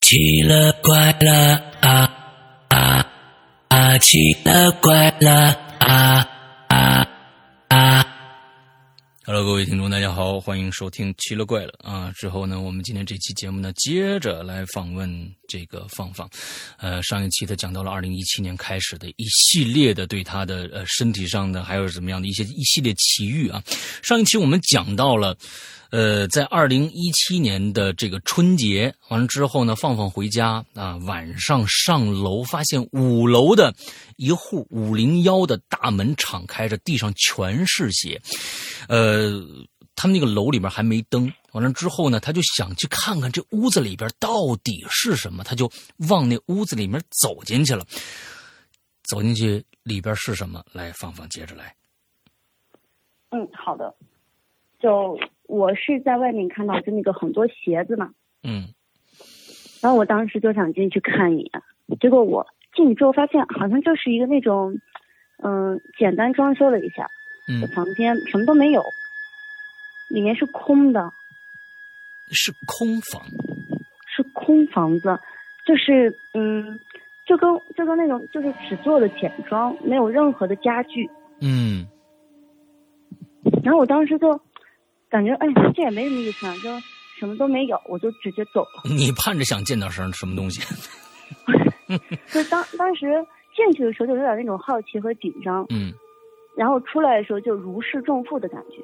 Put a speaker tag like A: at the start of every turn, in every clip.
A: 奇了怪了啊啊啊！奇了怪了啊啊啊！
B: Hello，各位听众，大家好，欢迎收听《奇了怪了》啊！之后呢，我们今天这期节目呢，接着来访问这个芳芳。呃，上一期他讲到了二零一七年开始的一系列的对他的呃身体上的还有怎么样的一些一系列奇遇啊。上一期我们讲到了，呃，在二零一七年的这个春节完了之后呢，放放回家啊，晚上上楼发现五楼的一户五零幺的大门敞开着，地上全是血。呃，他们那个楼里边还没灯。完了之后呢，他就想去看看这屋子里边到底是什么，他就往那屋子里面走进去了。走进去里边是什么？来，芳芳接着来。
C: 嗯，好的。就我是在外面看到就那个很多鞋子嘛，
B: 嗯
C: 然后我当时就想进去看一眼，结果我进去之后发现好像就是一个那种，嗯、简单装修了一下，
B: 嗯，
C: 房间什么都没有，里面是空的，
B: 是空房。
C: 是空房子，就是嗯，就跟就跟那种就是只做了简装，没有任何的家具。
B: 嗯
C: 然后我当时就感觉哎，这也没什么意思啊，就什么都没有，我就直接走了。
B: 你盼着想见到什什么东西？
C: 就当当时进去的时候就有点那种好奇和紧张，
B: 嗯，
C: 然后出来的时候就如释重负的感觉。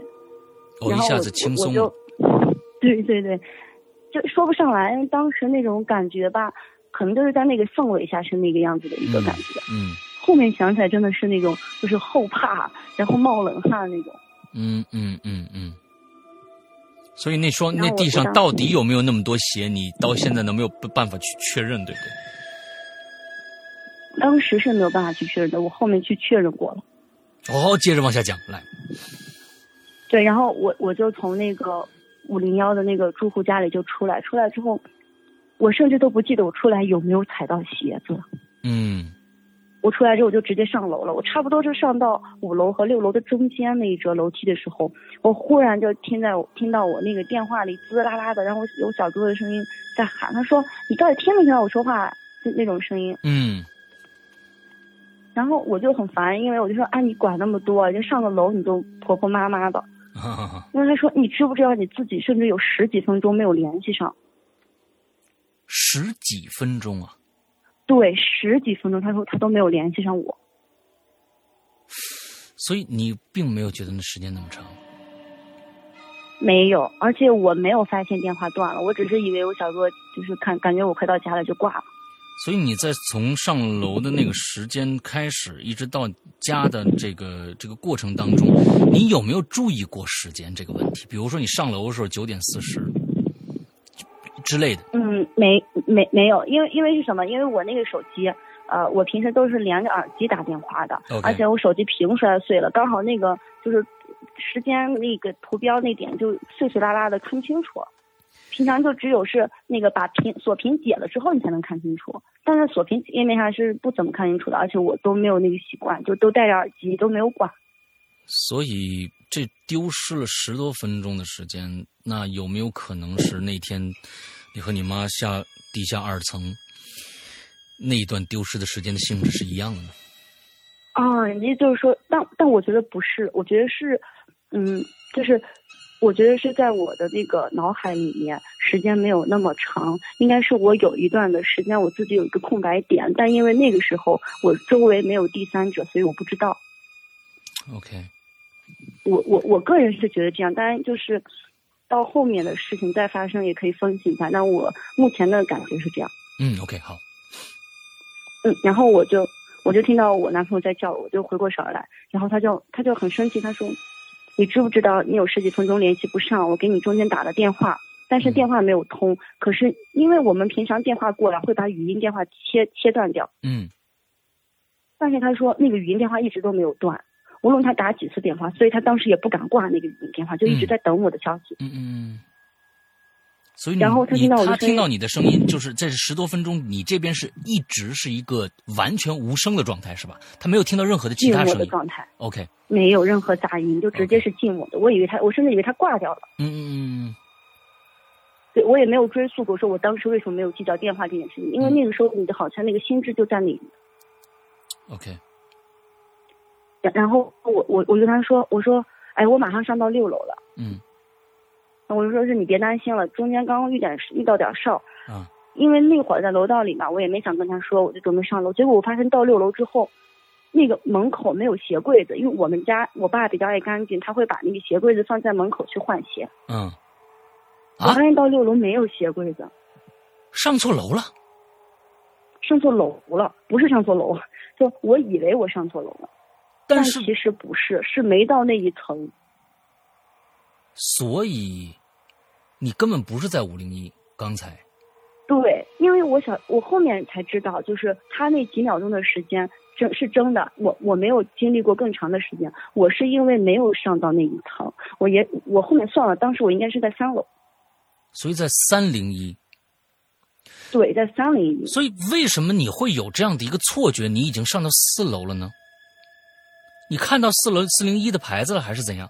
B: 我
C: 然
B: 哦一
C: 后
B: 下
C: 我
B: 子轻
C: 我
B: 松了
C: 就。对对对，就说不上来，当时那种感觉吧，可能就是在那个氛围下是那个样子的一个
B: 嗯
C: 感觉。
B: 嗯
C: 后面想起来真的是那种就是后怕，然后冒冷汗那种。
B: 嗯嗯嗯嗯。所以那双
C: 然后
B: 那
C: 我
B: 地上
C: 我当
B: 到底有没有那么多鞋？你到现在都没有办法去确认，对不对？
C: 当时是没有办法去确认的，我后面去确认过了。
B: 哦，接着往下讲，来，
C: 对，然后我我就从那个五零幺的那个住户家里就出来，出来之后，我甚至都不记得我出来有没有踩到鞋子。
B: 嗯
C: 我出来之后我就直接上楼了，我差不多就上到五楼和六楼的中间那一折楼梯的时候，我忽然就听在我听到我那个电话里滋滋啦啦的，然后有小猪的声音在喊，他说：“你到底听没听到我说话？”就那种声音。
B: 嗯
C: 然后我就很烦，因为我就说，哎，你管那么多，就上个楼你就婆婆妈妈的。
B: 哈哈哈，
C: 因为他说，你知不知道你自己甚至有十几分钟没有联系上？
B: 十几分钟啊，
C: 对，十几分钟，他说他都没有联系上我。
B: 所以你并没有觉得那时间那么长。
C: 没有，而且我没有发现电话断了，我只是以为我小哥就是看感觉我快到家了就挂了。
B: 所以你在从上楼的那个时间开始，一直到家的这个这个过程当中，你有没有注意过时间这个问题？比如说你上楼的时候九点四十之类的，
C: 嗯，没没没有，因为因为是什么？因为我那个手机，呃，我平时都是连着耳机打电话的
B: OK
C: 而且我手机屏摔碎了，刚好那个就是时间那个图标那点就碎碎拉拉的看不清楚。平常就只有是那个把屏锁屏解了之后，你才能看清楚。但是锁屏页面上是不怎么看清楚的，而且我都没有那个习惯，就都戴着耳机，都没有管。
B: 所以这丢失了十多分钟的时间，那有没有可能是那天你和你妈下地下二层那一段丢失的时间的性质是一样的呢？
C: 啊，人家就是说，但但我觉得不是，我觉得是，嗯，就是我觉得是在我的那个脑海里面，时间没有那么长，应该是我有一段的时间我自己有一个空白点，但因为那个时候我周围没有第三者，所以我不知道。
B: OK，
C: 我我我个人是觉得这样，当然就是到后面的事情再发生也可以分析一下，但我目前的感觉是这样。
B: 嗯，OK，好，
C: 嗯，然后我就我就听到我男朋友在叫我，我就回过神儿来，然后他就他就很生气，他说：“你知不知道你有十几分钟联系不上，我给你中间打了电话，但是
B: 嗯
C: 电话没有通。可是因为我们平常电话过来会把语音电话切切断掉，
B: 嗯
C: 但是他说那个语音电话一直都没有断，无论他打几次电话，所以他当时也不敢挂那个语音电话，就一直
B: 嗯
C: 在等我的消息。
B: 嗯嗯。嗯，所以你
C: 然后他
B: 你
C: 听到我的
B: 他
C: 声音
B: 听到你的声音，就是在这十多分钟，你这边是一直是一个完全无声的状态，是吧？他没有听到任何的其
C: 静
B: 他
C: 默
B: 声
C: 的
B: 音。
C: 状态，
B: OK，
C: 没有任何
B: 嗯
C: 杂音，就直接是静默的。我以为他，我甚至以为他挂掉了。
B: 嗯嗯嗯嗯
C: 对我也没有追溯过，说我当时为什么没有记掉电话这件事情，因为
B: 嗯
C: 那个时候你的好像那个心智就在你。
B: OK，
C: 然然后我我我就跟他说，我说，哎，我马上上到六楼了，
B: 嗯
C: 我就说是你别担心了，中间刚刚遇点遇到点事儿，
B: 啊
C: 因为那会儿在楼道里嘛，我也没想跟他说，我就准备上楼。结果我发现到六楼之后，那个门口没有鞋柜子，因为我们家我爸比较爱干净，他会把那个鞋柜子放在门口去换鞋。
B: 嗯，
C: 我
B: 啊
C: 发现到六楼没有鞋柜子，
B: 上错楼了。
C: 上错楼了，不是上错楼，啊就我以为我上错楼了，但
B: 但是
C: 其实不是，是没到那一层。
B: 所以你根本不是在五零一，刚才
C: 对，因为我想，我后面才知道，就是他那几秒钟的时间真是真的，我我没有经历过更长的时间，我是因为没有上到那一层，我也我后面算了，当时我应该是在三楼，
B: 所以在三零一，
C: 对，在三零一，
B: 所以为什么你会有这样的一个错觉？你已经上到四楼了呢？你看到四楼四零一的牌子了，还是怎样？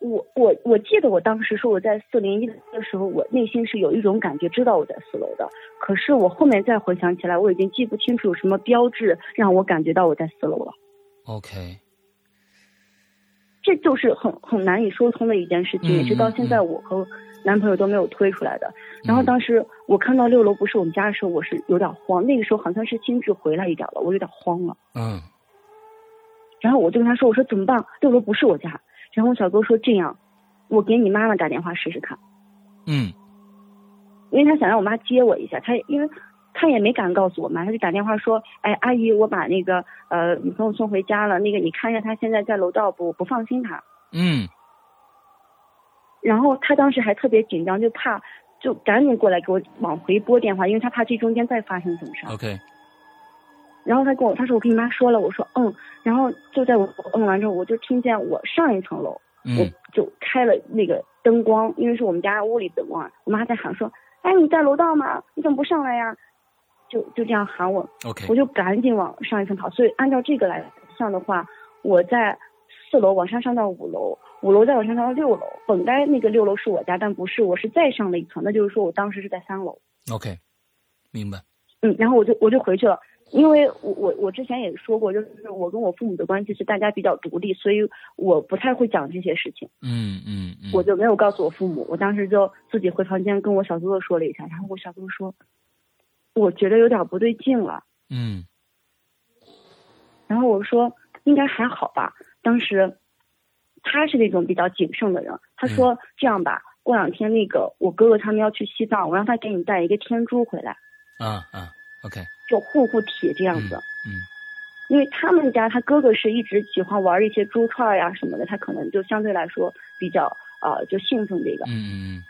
C: 我我我记得我当时说我在四零一的时候，我内心是有一种感觉，知道我在四楼的，可是我后面再回想起来，我已经记不清楚有什么标志让我感觉到我在四楼了。
B: OK，
C: 这就是很很难以说通的一件事情，
B: 嗯
C: 也是到现在我和男朋友都没有推出来的。然后当时我看到六楼不是我们家的时候，我是有点慌，那个时候好像是心智回来一点了，我有点慌了。
B: 嗯
C: 然后我就跟他说：“我说怎么办？六楼不是我家。”然后我小哥说：“这样，我给你妈妈打电话试试看，
B: 嗯
C: 因为他想让我妈接我一下，他因为。”他也没敢告诉我妈，他就打电话说：“哎，阿姨，我把那个呃女朋友送回家了，那个你看一下他现在在楼道不？我不放心他。”
B: 嗯
C: 然后他当时还特别紧张，就怕就赶紧过来给我往回拨电话，因为他怕这中间再发生什么事儿。
B: ，OK，
C: 然后他跟我他说我跟你妈说了，我说嗯，然后就在我嗯完之后，我就听见我上一层楼，我
B: 嗯
C: 就开了那个灯光，因为是我们家屋里灯光，我妈在喊说，哎你在楼道吗？你怎么不上来呀？就就这样喊我，
B: ，OK，
C: 我就赶紧往上一层跑。所以按照这个来算的话，我在四楼往上上到五楼，五楼再往上上到六楼。本该那个六楼是我家，但不是，我是再上了一层，那就是说我当时是在三楼。
B: OK，明白。
C: 嗯，然后我就我就回去了。因为我我我之前也说过，就是我跟我父母的关系是大家比较独立，所以我不太会讲这些事情，
B: 嗯嗯嗯，
C: 我就没有告诉我父母。我当时就自己回房间跟我小哥哥说了一下，然后我小哥哥说，我觉得有点不对劲了，
B: 嗯
C: 然后我说应该还好吧。当时他是那种比较谨慎的人，
B: 嗯
C: 他说这样吧，过两天那个我哥哥他们要去西藏，我让他给你带一个天珠回来，
B: 啊啊，OK，
C: 就护护体这样子。
B: 嗯
C: 因为他们家他哥哥是一直喜欢玩一些珠串儿呀、什么的，他可能就相对来说比较呃就信奉这个
B: 嗯，嗯嗯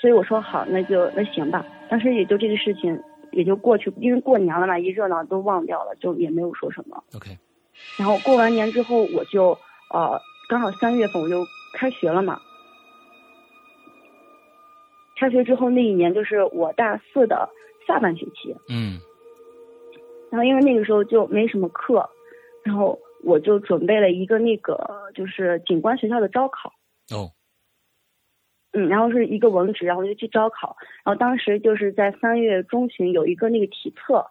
C: 所以我说好，那就那行吧。当时也就这个事情也就过去，因为过年了嘛，一热闹都忘掉了，就也没有说什么。
B: ，OK，
C: 然后过完年之后，我就呃，刚好三月份我就开学了嘛。开学之后那一年就是我大四的下半学期，
B: 嗯
C: 然后因为那个时候就没什么课，然后我就准备了一个那个就是警官学校的招考，
B: 哦，
C: 嗯，然后是一个文职，然后就去招考，然后当时就是在三月中旬有一个那个体测，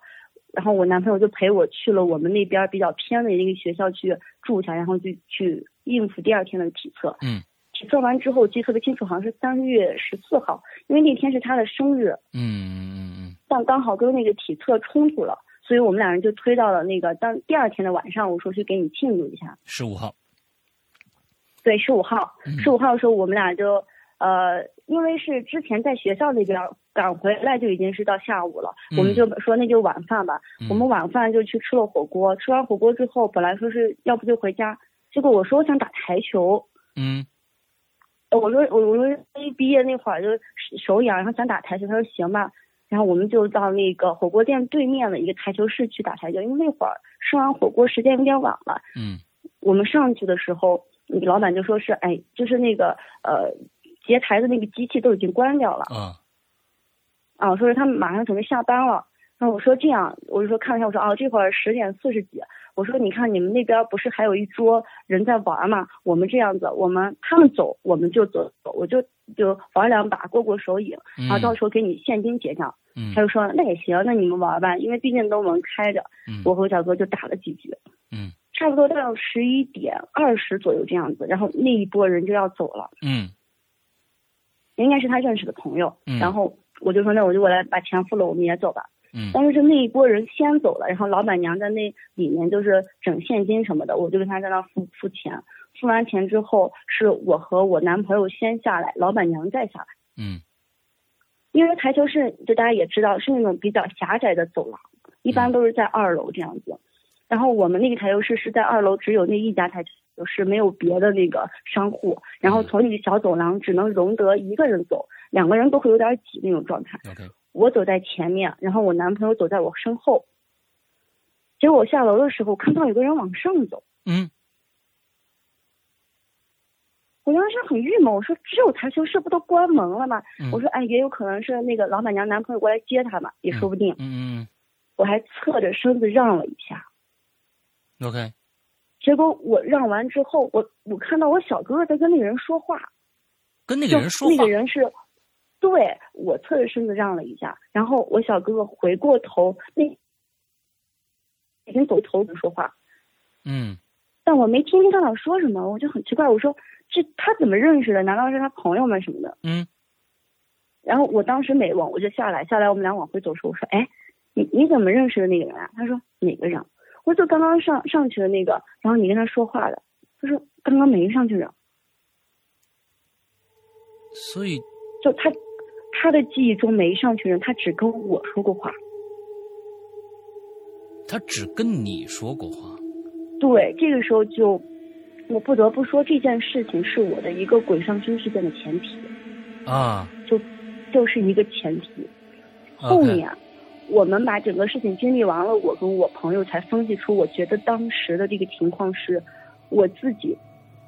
C: 然后我男朋友就陪我去了我们那边比较偏的那个学校去住一下，然后就去应付第二天的体测。
B: 嗯
C: 体测完之后，我记得特别清楚，好像是三月十四号，因为那天是他的生日，
B: 嗯嗯嗯
C: 但刚好跟那个体测冲突了，所以我们俩人就推到了那个当第二天的晚上，我说去给你庆祝一下。
B: 十五号，
C: 对，十五号，
B: 嗯
C: 十五号的时候我们俩就呃，因为是之前在学校那边赶回来就已经是到下午了，
B: 嗯
C: 我们就说那就晚饭吧。我们晚饭就去吃了火锅，吃完火锅之后，本来说是要不就回家，结果我说我想打台球。
B: 嗯
C: 呃我说我我说一毕业那会儿就手痒，然后想打台球，他说行吧，然后我们就到那个火锅店对面的一个台球室去打台球，因为那会儿吃完火锅时间有点晚了，
B: 嗯
C: 我们上去的时候，那个老板就说是，哎，就是那个呃结台的那个机器都已经关掉了
B: 啊
C: 啊，说是他们马上准备下班了。然后我说这样，我就说看了一下，我说哦，这会儿十点四十几。我说你看你们那边不是还有一桌人在玩嘛？我们这样子，我们他们走我们就走，我就就玩两把过过手瘾，
B: 嗯
C: 然后到时候给你现金结账。
B: 嗯
C: 他就说那也行，那你们玩吧，因为毕竟都门开着。
B: 嗯
C: 我和我小哥就打了几局，
B: 嗯
C: 差不多到十一点二十左右这样子，然后那一波人就要走了，
B: 嗯
C: 应该是他认识的朋友。
B: 嗯
C: 然后我就说那我就过来把钱付了，我们也走吧。
B: 嗯
C: 当时是那一波人先走了，然后老板娘在那里面就是整现金什么的，我就跟她在那付付钱。付完钱之后，是我和我男朋友先下来，老板娘再下来。
B: 嗯
C: 因为台球室就大家也知道是那种比较狭窄的走廊，一般都是在二楼这样子。然后我们那个台球室是在二楼，只有那一家台球室，没有别的那个商户。
B: 嗯
C: 然后从那个小走廊只能容得一个人走，两个人都会有点挤那种状态。
B: ，OK，
C: 我走在前面，然后我男朋友走在我身后。结果我下楼的时候看到有个人往上走，
B: 嗯
C: 我当时很郁闷，我说只有台球室不都关门了吗？
B: 嗯
C: 我说哎，也有可能是那个老板娘男朋友过来接她嘛，也说不定。
B: 嗯
C: 我还侧着身子让了一下，
B: 嗯，OK，
C: 结果我让完之后，我我看到我小哥哥在跟那个人说话，
B: 跟那
C: 就
B: 个人说
C: 那
B: 话
C: 个，人是，对我侧着身子让了一下，然后我小哥哥回过头，那已经走头不说话，
B: 嗯
C: 但我没听清他俩说什么，我就很奇怪，我说这他怎么认识的？难道是他朋友们什么的？
B: 嗯
C: 然后我当时没问，我就下来，下来我们俩往回走的时候，我说，哎，你你怎么认识的那个人啊？他说哪个人？我说就刚刚上上去的那个，然后你跟他说话的。他说刚刚没上去的，
B: 所以
C: 就他他的记忆中没上去人，他只跟我说过话。
B: 他只跟你说过话，
C: 对，这个时候就我不得不说这件事情是我的一个鬼上身事件的前提，
B: 啊
C: 就就是一个前提。后
B: ，OK，
C: 面我们把整个事情经历完了，我跟我朋友才分析出，我觉得当时的这个情况是，我自己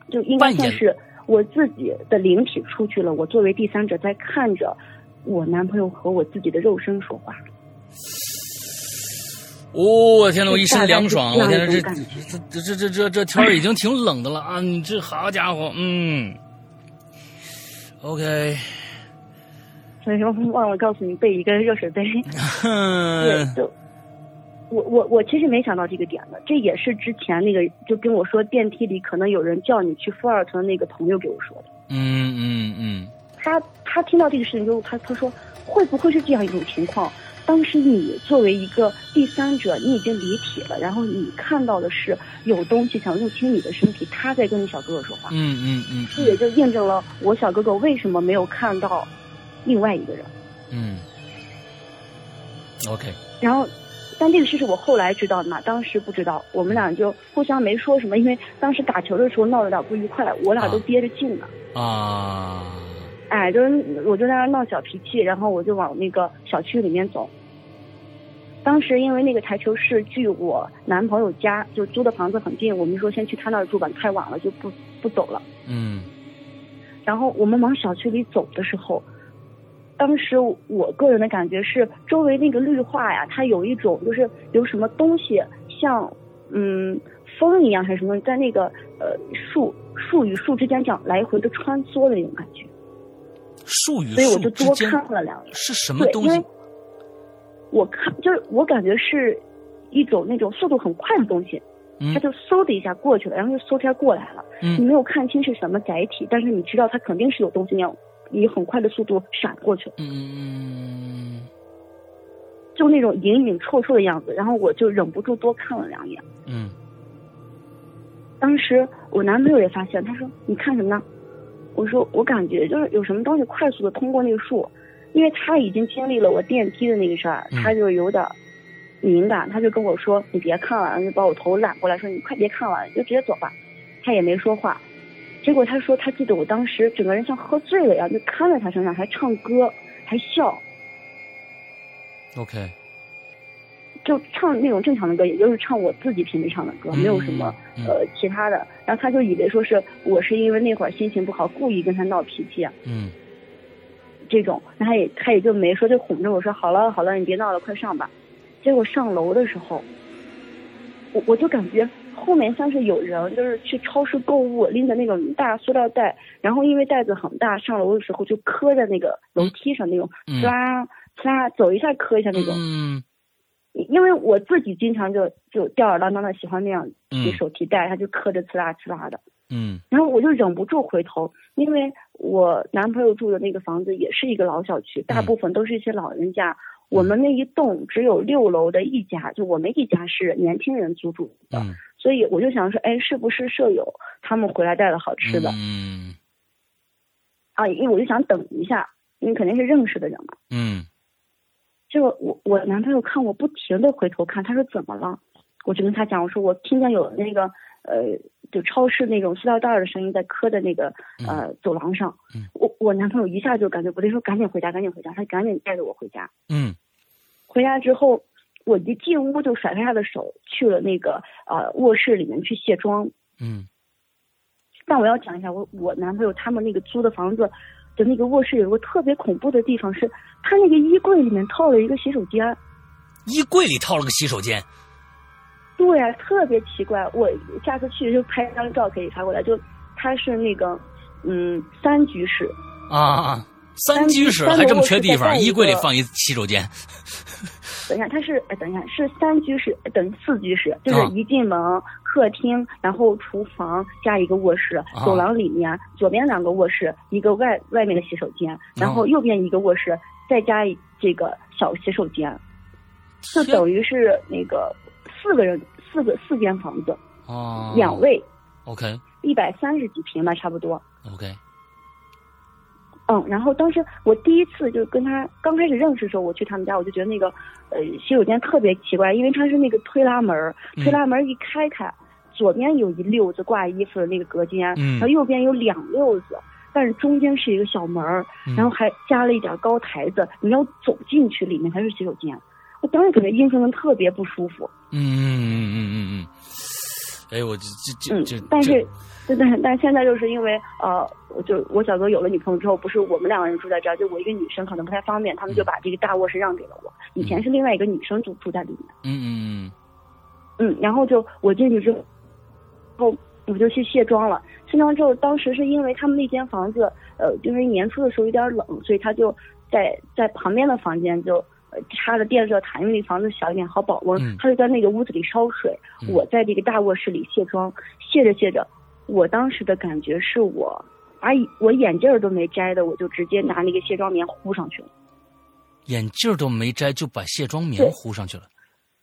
C: 就应该
B: 扮演
C: 算是我自己的灵体出去了，我作为第三者在看着我男朋友和我自己的肉身说话。
B: 哦，我天呐，我一身凉爽，我
C: 大概
B: 天
C: 是
B: 呐，这
C: 这样一种
B: 这这这这这天儿已经挺冷的了啊！你这好家伙，嗯，OK，
C: 所以说忘了告诉你备一个热水杯。对，
B: 哼，
C: 就我我我其实没想到这个点的，这也是之前那个就跟我说电梯里可能有人叫你去负二层那个朋友给我说的。
B: 嗯嗯嗯
C: 他他听到这个事情之后，他他说会不会是这样一种情况？当时你作为一个第三者，你已经离体了，然后你看到的是有东西想入侵你的身体，他在跟你小哥哥说话，
B: 嗯嗯嗯
C: 这也就验证了我小哥哥为什么没有看到另外一个人。
B: 嗯，OK，
C: 然后，但这个事是我后来知道的嘛，当时不知道，我们俩就互相没说什么，因为当时打球的时候闹得有点不愉快，我俩都憋着劲呢。
B: 啊，
C: 哎，就是我就在那儿闹小脾气，然后我就往那个小区里面走。当时因为那个台球室距我男朋友家就租的房子很近，我们说先去他那儿住吧，太晚了就不不走了。
B: 嗯
C: 然后我们往小区里走的时候，当时我个人的感觉是，周围那个绿化呀，它有一种就是有什么东西像嗯风一样还是什么，在那个呃树树与树之间这样来回的穿梭的那种感觉，
B: 树与
C: 所以我就
B: 树之
C: 多
B: 间
C: 看了两眼。
B: 是什么
C: 对，
B: 东
C: 因
B: 西
C: 为？我看就是我感觉是一种那种速度很快的东西，
B: 嗯
C: 它就嗖的一下过去了，然后就嗖一下过来了。你
B: 嗯
C: 没有看清是什么载体，但是你知道它肯定是有东西那样以很快的速度闪过去了，
B: 嗯
C: 就那种隐隐绰绰的样子。然后我就忍不住多看了两眼。
B: 嗯
C: 当时我男朋友也发现，他说：“你看什么呢？”我说：“我感觉就是有什么东西快速的通过那个树，因为他已经经历了我电梯的那个事儿，
B: 嗯
C: 他就有点敏感，他就跟我说：‘你别看了。’然后就把我头揽过来说：‘你快别看了，你就直接走吧。’他也没说话。结果他说他记得我当时整个人像喝醉了一样，就瘫在他身上，还唱歌，还笑，
B: 嗯，OK，
C: 就唱那种正常的歌，也就是唱我自己平时唱的歌，没有什么。
B: 嗯
C: 呃其他的，然后他就以为说是我是因为那会儿心情不好，故意跟他闹脾气、啊、
B: 嗯
C: 这种，那他也他也就没说，就哄着我说好了好了，你别闹了，快上吧。结果上楼的时候，我我就感觉后面像是有人就是去超市购物，拎着那种大塑料袋，然后因为袋子很大，上楼的时候就磕在那个楼梯上那种，
B: 嗯
C: 呲啦呲啦走一下磕一下那种。
B: 嗯
C: 因为我自己经常就就吊儿郎当的喜欢那样
B: 嗯
C: 提手提袋，他就磕着呲啦呲啦的。
B: 嗯
C: 然后我就忍不住回头，因为我男朋友住的那个房子也是一个老小区，
B: 嗯
C: 大部分都是一些老人家。我们那一栋只有六楼的一家，就我们一家是年轻人租住的，
B: 嗯，
C: 所以我就想说，哎，是不是舍友他们回来带了好吃的、
B: 嗯
C: 啊？因为我就想等一下，因为肯定是认识的人嘛。
B: 嗯
C: 结果我我男朋友看我不停的回头看，他说怎么了？我就跟他讲，我说我听见有那个呃，就超市那种塑料袋儿的声音在磕在那个呃走廊上。
B: 嗯
C: 我我男朋友一下就感觉不对，说赶紧回家，赶紧回家，他赶紧带着我回家。
B: 嗯
C: 回家之后，我一进屋就甩开他的手，去了那个呃卧室里面去卸妆。
B: 嗯
C: 但我要讲一下，我我男朋友他们那个租的房子的那个卧室有个特别恐怖的地方是，他那个衣柜里面套了一个洗手间。
B: 衣柜里套了个洗手间，
C: 对啊，特别奇怪。我下次去就拍张照可以发过来。就它是那个，嗯，三居室，
B: 啊，三
C: 三
B: 居
C: 居
B: 室
C: 三
B: 还
C: 楼
B: 这么
C: 卧
B: 缺
C: 室
B: 地
C: 再
B: 方，
C: 盖一
B: 衣柜里
C: 个
B: 放一洗手间。
C: 等一下，它是哎，等一下是三居室呃等于四居室，就是
B: 啊
C: 一进门、客厅，然后厨房加一个卧室，
B: 啊
C: 走廊里面左边两个卧室，一个外外面的洗手
B: 啊
C: 间，然后右边一个卧室，再加一这个小洗手间，就
B: 天
C: 等于是那个四个人四个四间房子，
B: 啊，
C: 两卫
B: ，OK
C: 一百三十几平吧，差不多。
B: OK，
C: 嗯，然后当时我第一次就跟他刚开始认识的时候，我去他们家，我就觉得那个呃洗手间特别奇怪，因为它是那个推拉门儿，
B: 嗯
C: 推拉门儿一开开，左边有一溜子挂衣服的那个隔间，
B: 嗯
C: 然后右边有两溜子，但是中间是一个小门儿，
B: 嗯
C: 然后还加了一点高台子，你要走进去里面才是洗手间。我当时感觉阴森森特别不舒服，
B: 嗯嗯嗯嗯嗯嗯，哎，我这这
C: 嗯
B: 这这，，
C: 但
B: 这
C: 是，但但但现在就是因为呃，我就我小哥有了女朋友之后，不是我们两个人住在这儿，就我一个女生可能不太方便，他们就把这个大卧室让给了我。以前是另外一个女生住住在里面，
B: 嗯嗯
C: 嗯，然后就我进去之后，然后我就去卸妆了。卸妆之后，当时是因为他们那间房子，呃，因为年初的时候有点冷，所以他就在在旁边的房间就呃插了电热毯，因为那房子小一点好保温，
B: 嗯
C: 他就在那个屋子里烧水，
B: 嗯
C: 我在这个大卧室里卸妆，卸着卸着，我当时的感觉是我把眼我眼镜儿都没摘的，我就直接拿那个卸妆棉糊上去了。
B: 嗯，眼镜儿都没摘就把卸妆棉
C: 对
B: 糊上去了。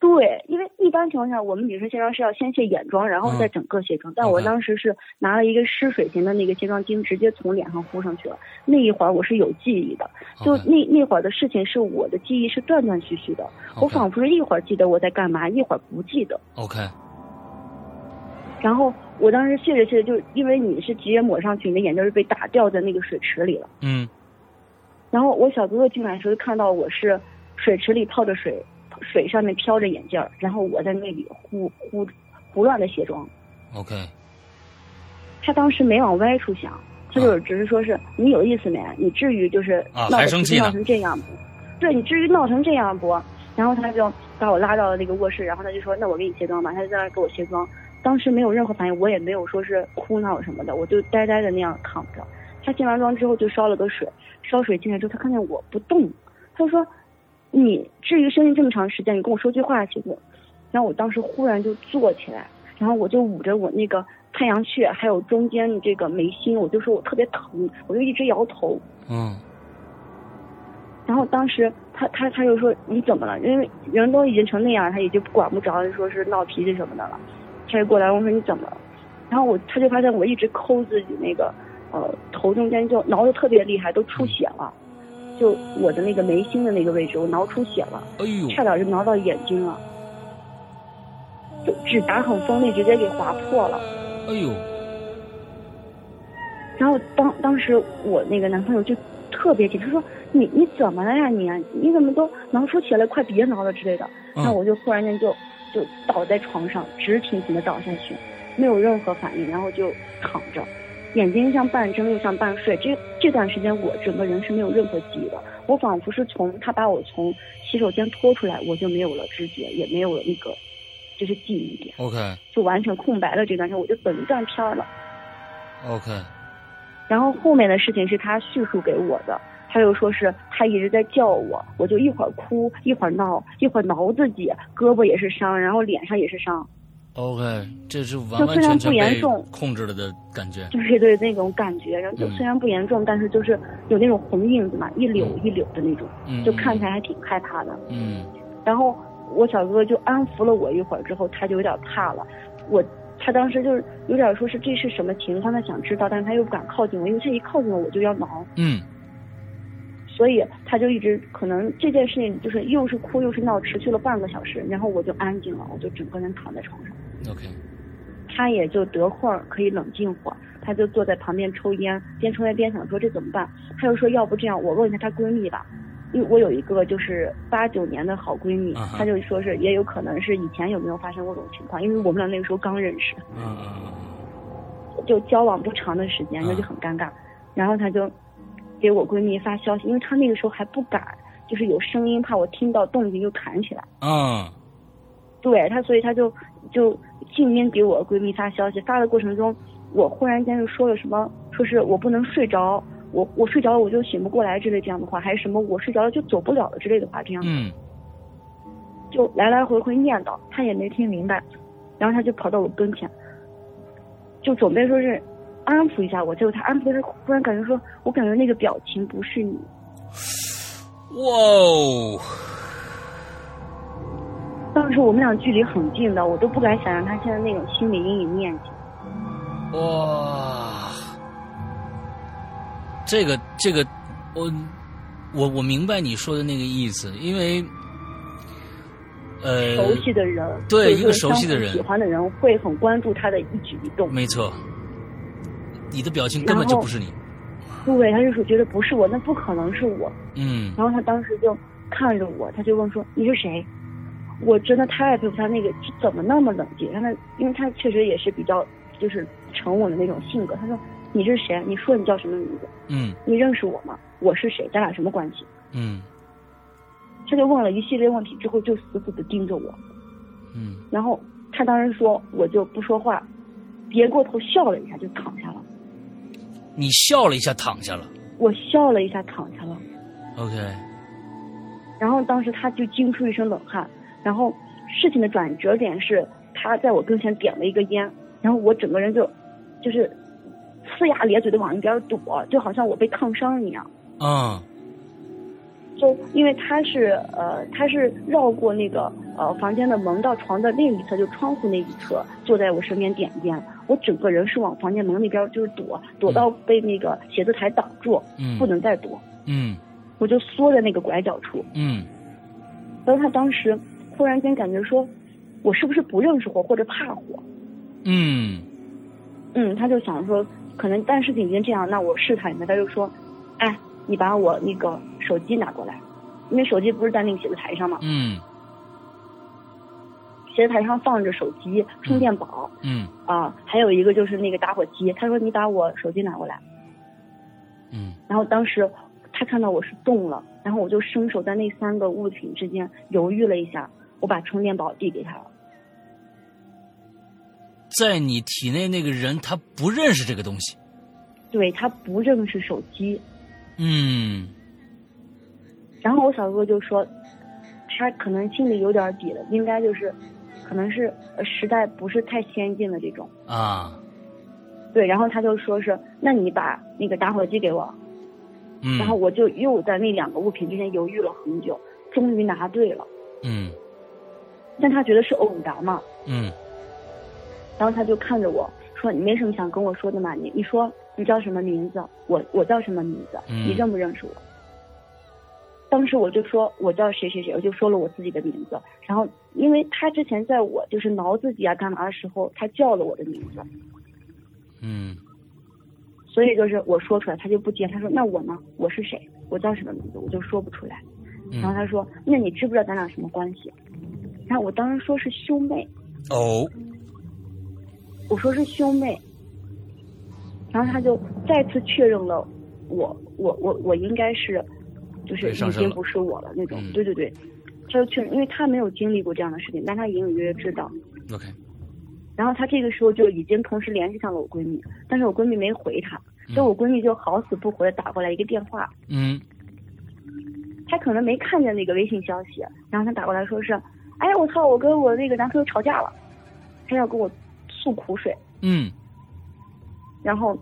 C: 对，因为一般情况下，我们女生卸妆是要先卸眼妆，然后再整个卸妆。但我
B: OK
C: 当时是拿了一个湿水型的那个卸妆巾，直接从脸上敷上去了。那一会儿我是有记忆的，就
B: OK，
C: 那那会儿的事情是我的记忆是断断续续的，我
B: OK
C: 仿佛是一会儿记得我在干嘛，一会儿不记得。
B: OK，
C: 然后我当时卸着卸着，就因为你是直接抹上去，你的眼镜是被打掉在那个水池里了。
B: 嗯
C: 然后我小哥哥进来的时候就看到我是水池里泡着水，水上面飘着眼镜儿，然后我在那里胡胡胡乱的卸妆。
B: OK，
C: 他当时没往歪处想，他就是只是说是、你有意思没？你至于就是
B: 啊
C: 闹
B: 还
C: 得
B: 生气呢
C: 闹成这样不？对你至于闹成这样不？然后他就把我拉到了那个卧室，然后他就说那我给你卸妆吧，他就在那儿给我卸妆。当时没有任何反应，我也没有说是哭闹什么的，我就呆呆的那样躺着。他卸完妆之后就烧了个水，烧水进来之后，他看见我不动，他就说：“你至于生病这么长时间，你跟我说句话行不？”然后我当时忽然就坐起来，然后我就捂着我那个太阳穴，还有中间的这个眉心，我就说我特别疼，我就一直摇头。
B: 嗯
C: 然后当时他他他就说你怎么了？因为人都已经成那样，他也就管不着，就说是闹脾气什么的了。他就过来问我说你怎么了？然后我他就发现我一直抠自己那个呃头中间就挠的特别厉害，都出血了，就我的那个眉心的那个位置我挠出血了，
B: 哎呦，
C: 差点就挠到眼睛了，就指甲很锋利，直接给划破了。
B: 哎呦，
C: 然后当当时我那个男朋友就特别紧，他说你你怎么了呀你啊你怎么都挠出血了，快别挠了之类的。
B: 嗯
C: 然后我就忽然间就就倒在床上，直挺挺的倒下去，没有任何反应，然后就躺着，眼睛像半睁又像半睡。这这段时间我整个人是没有任何记忆的，我仿佛是从他把我从洗手间拖出来，我就没有了知觉，也没有了那个就是记忆点，
B: OK
C: 就完全空白了这段时间，我就等于断片儿了。
B: OK
C: 然后后面的事情是他叙述给我的，他又说是他一直在叫我，我就一会儿哭，一会儿闹，一会儿挠自己，胳膊也是伤，然后脸上也是伤，
B: OK，这是完
C: 就
B: 完
C: 虽
B: 全
C: 然不
B: 全
C: 严
B: 被
C: 重
B: 控制了的感觉。
C: 就是对那种感觉，然后就
B: 嗯
C: 虽然不严重，但是就是有那种红印子嘛，一绺一绺的那种，
B: 嗯，
C: 就看起来还挺害怕的。
B: 嗯
C: 然后我小哥哥就安抚了我一会儿之后，他就有点怕了，我。他当时就是有点说是这是什么情况，他想知道，但是他又不敢靠近我，因为这一靠近我我就要挠，
B: 嗯
C: 所以他就一直可能这件事情就是又是哭又是闹，持续了半个小时，然后我就安静了，我就整个人躺在床上，
B: 嗯，OK，
C: 他也就得会儿可以冷静会儿，他就坐在旁边抽烟，边抽烟边想说这怎么办，他又说要不这样，我问一下他闺蜜吧。因为我有一个就是八九年的好闺蜜
B: 啊哈
C: 她就说是也有可能是以前有没有发生过这种情况，因为我们俩那个时候刚认识，
B: 嗯嗯
C: 就交往不长的时间，那就很尴尬。然后他就给我闺蜜发消息，因为他那个时候还不敢，就是有声音，怕我听到动静就弹起来。
B: 嗯嗯
C: 对他，所以他就就静音给我闺蜜发消息。发的过程中，我忽然间就说了什么，说是我不能睡着，我我睡着了我就醒不过来之类这样的话，还是什么我睡着了就走不了了之类的话，这样
B: 嗯
C: 就来来回回念叨，他也没听明白，然后他就跑到我跟前，就准备说是安抚一下我，结果他安抚的是忽然感觉说，我感觉那个表情不是你，
B: 哇哦，
C: 当时我们俩距离很近的，我都不敢想象他现在那种心理阴影面积。
B: 哇，这个这个，我我我明白你说的那个意思，因为呃，
C: 熟悉的人，
B: 对
C: 或者
B: 一个
C: 说
B: 熟悉的
C: 相互
B: 人嗯
C: 喜欢的人会很关注他的一举一动。
B: 没错，你的表情根本
C: 然
B: 就
C: 后
B: 不是你，
C: 对，他就说觉得不是我，那不可能是我。
B: 嗯
C: 然后他当时就看着我，他就问说：“你是谁？”我真的太佩服他那个就怎么那么冷静，让他，因为他确实也是比较就是沉稳的那种性格。他说：“你是谁？你说你叫什么名字？
B: 嗯
C: 你认识我吗？我是谁？咱俩什么关系
B: 嗯？”
C: 他就问了一系列问题之后，就死死的盯着我。
B: 嗯，
C: 然后他当时说：“我就不说话。”别过头笑了一下，就躺下了。
B: 你笑了一下，躺下了
C: 我笑了一下，躺下了。
B: ，OK，
C: 然后当时他就惊出一身冷汗。然后事情的转折点是他在我跟前点了一个烟，然后我整个人就就是呲牙咧嘴的往一边躲，就好像我被烫伤一样。
B: 嗯
C: 就因为他是呃，他是绕过那个呃房间的门到床的另一侧，就窗户那一侧，坐在我身边点烟。我整个人是往房间门那边就是躲，躲到被那个写字台挡住，
B: 嗯
C: 不能再躲，
B: 嗯
C: 我就缩在那个拐角处。
B: 嗯
C: 然后他当时忽然间感觉说，我是不是不认识火或者怕火？
B: 嗯
C: 嗯，他就想说，可能但事情已经这样，那我试探一下。他就说，哎，你把我那个手机拿过来，因为手机不是在那个写字台上嘛，
B: 嗯
C: 写字台上放着手机、充电宝
B: 嗯
C: 啊、还有一个就是那个打火机。他说你把我手机拿过来，
B: 嗯
C: 然后当时他看到我是动了，然后我就伸手在那三个物品之间犹豫了一下，我把充电宝递给他了。
B: 在你体内那个人他不认识这个东西，
C: 对他不认识手机，
B: 嗯
C: 然后我小哥就说，他可能心里有点底了，应该就是，可能是呃时代不是太先进的这种。
B: 啊，
C: 对，然后他就说是，那你把那个打火机给我，
B: 嗯，
C: 然后我就又在那两个物品之间犹豫了很久，终于拿对了，
B: 嗯
C: 但他觉得是偶然嘛，
B: 嗯
C: 然后他就看着我说，你没什么想跟我说的嘛，你你说你叫什么名字，我我叫什么名字，
B: 嗯
C: 你认不认识我？当时我就说我叫谁谁谁，我就说了我自己的名字。然后因为他之前在我就是挠自己啊干嘛的时候，他叫了我的名字，
B: 嗯
C: 所以就是我说出来他就不接，他说那我呢？我是谁？我叫什么名字？我就说不出来。
B: 嗯，
C: 然后他说那你知不知道咱俩什么关系？然后我当时说是兄妹，
B: 哦，
C: 我说是兄妹，然后他就再次确认了我，我我我应该是，就是
B: 对上
C: 已
B: 身
C: 经
B: 了
C: 不是我了那种
B: 嗯，
C: 对对对，他就确认，因为他没有经历过这样的事情，但他隐隐约约知道，
B: OK，
C: 然后她这个时候就已经同时联系上了我闺蜜，但是我闺蜜没回她，所以我闺蜜就好死不活的打过来一个电话，
B: 嗯
C: 她可能没看见那个微信消息，然后她打过来说是，哎我操，我跟我那个男朋友吵架了，她要跟我诉苦水，
B: 嗯
C: 然后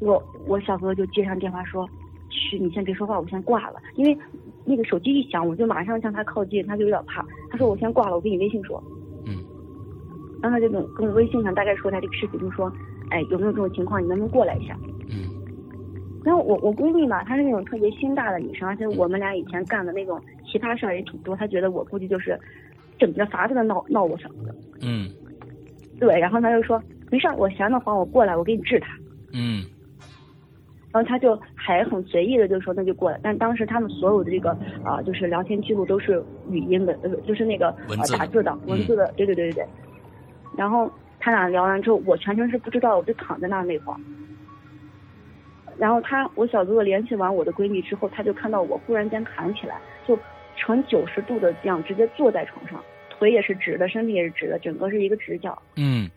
C: 我我小哥就接上电话说：“去，你先别说话，我先挂了。”因为那个手机一响，我就马上向他靠近，他就有点怕。他说：“我先挂了，我给你微信说。
B: 嗯”
C: 然后他就跟跟我微信上大概说他这个事情，就说：“哎，有没有这种情况？你能不能过来一下
B: 嗯？”
C: 然后我我闺蜜嘛，她是那种特别心大的女生，而且我们俩以前干的那种奇葩事儿也挺多。她觉得我估计就是整着法子的闹闹我什么的。
B: 嗯
C: 对，然后她就说：“没事儿，我闲的慌，我过来，我给你治他。”
B: 嗯
C: 然后他就还很随意的就说那就过来，但当时他们所有的这个啊、呃就是聊天记录都是语音的，呃，就是那个
B: 文
C: 呃
B: 字的
C: 打字的
B: 嗯
C: 文字的，对对对对对。然后他俩聊完之后，我全程是不知道，我就躺在那儿那会儿。然后他我小哥哥联系完我的闺蜜之后，他就看到我忽然间弹起来，就呈九十度的这样直接坐在床上，腿也是直的，身体也是直的，整个是一个直角。
B: 嗯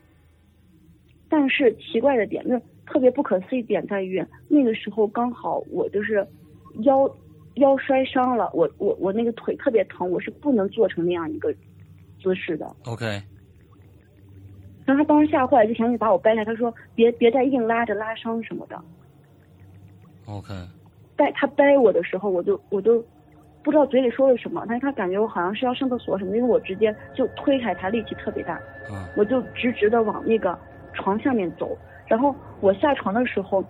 C: 但是奇怪的点，那特别不可思议点在于，那个时候刚好我就是腰腰摔伤了，我我我那个腿特别疼，我是不能做成那样一个姿势的。
B: ，OK，
C: 然后他当时吓坏了，就赶紧把我掰开，他说别别再硬拉着拉伤什么的。
B: OK，
C: 掰他掰我的时候，我就我就不知道嘴里说了什么，但是他感觉我好像是要上厕所什么的，因为我直接就推开他，力气特别大，
B: 啊，
C: 我就直直的往那个床下面走。然后我下床的时候，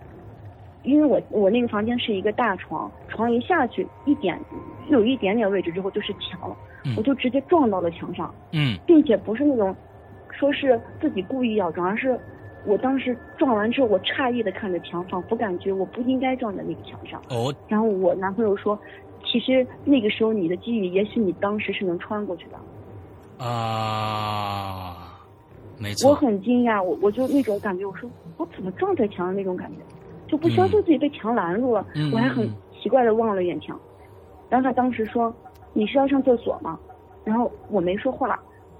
C: 因为我我那个房间是一个大床，床一下去一点，有一点点位置之后就是墙了
B: 嗯，
C: 我就直接撞到了墙上，
B: 嗯
C: 并且不是那种说是自己故意要撞，而是我当时撞完之后，我诧异的看着墙，仿佛感觉我不应该撞在那个墙上。
B: 哦，
C: 然后我男朋友说，其实那个时候你的记忆，也许你当时是能穿过去的。
B: 啊，没
C: 我
B: 错，
C: 很惊讶，我我就那种感觉，我说我怎么撞在墙上那种感觉，就不相信自己被墙拦住了，
B: 嗯
C: 我还很奇怪的望了眼墙，然后他当时说你是要上厕所吗？然后我没说话，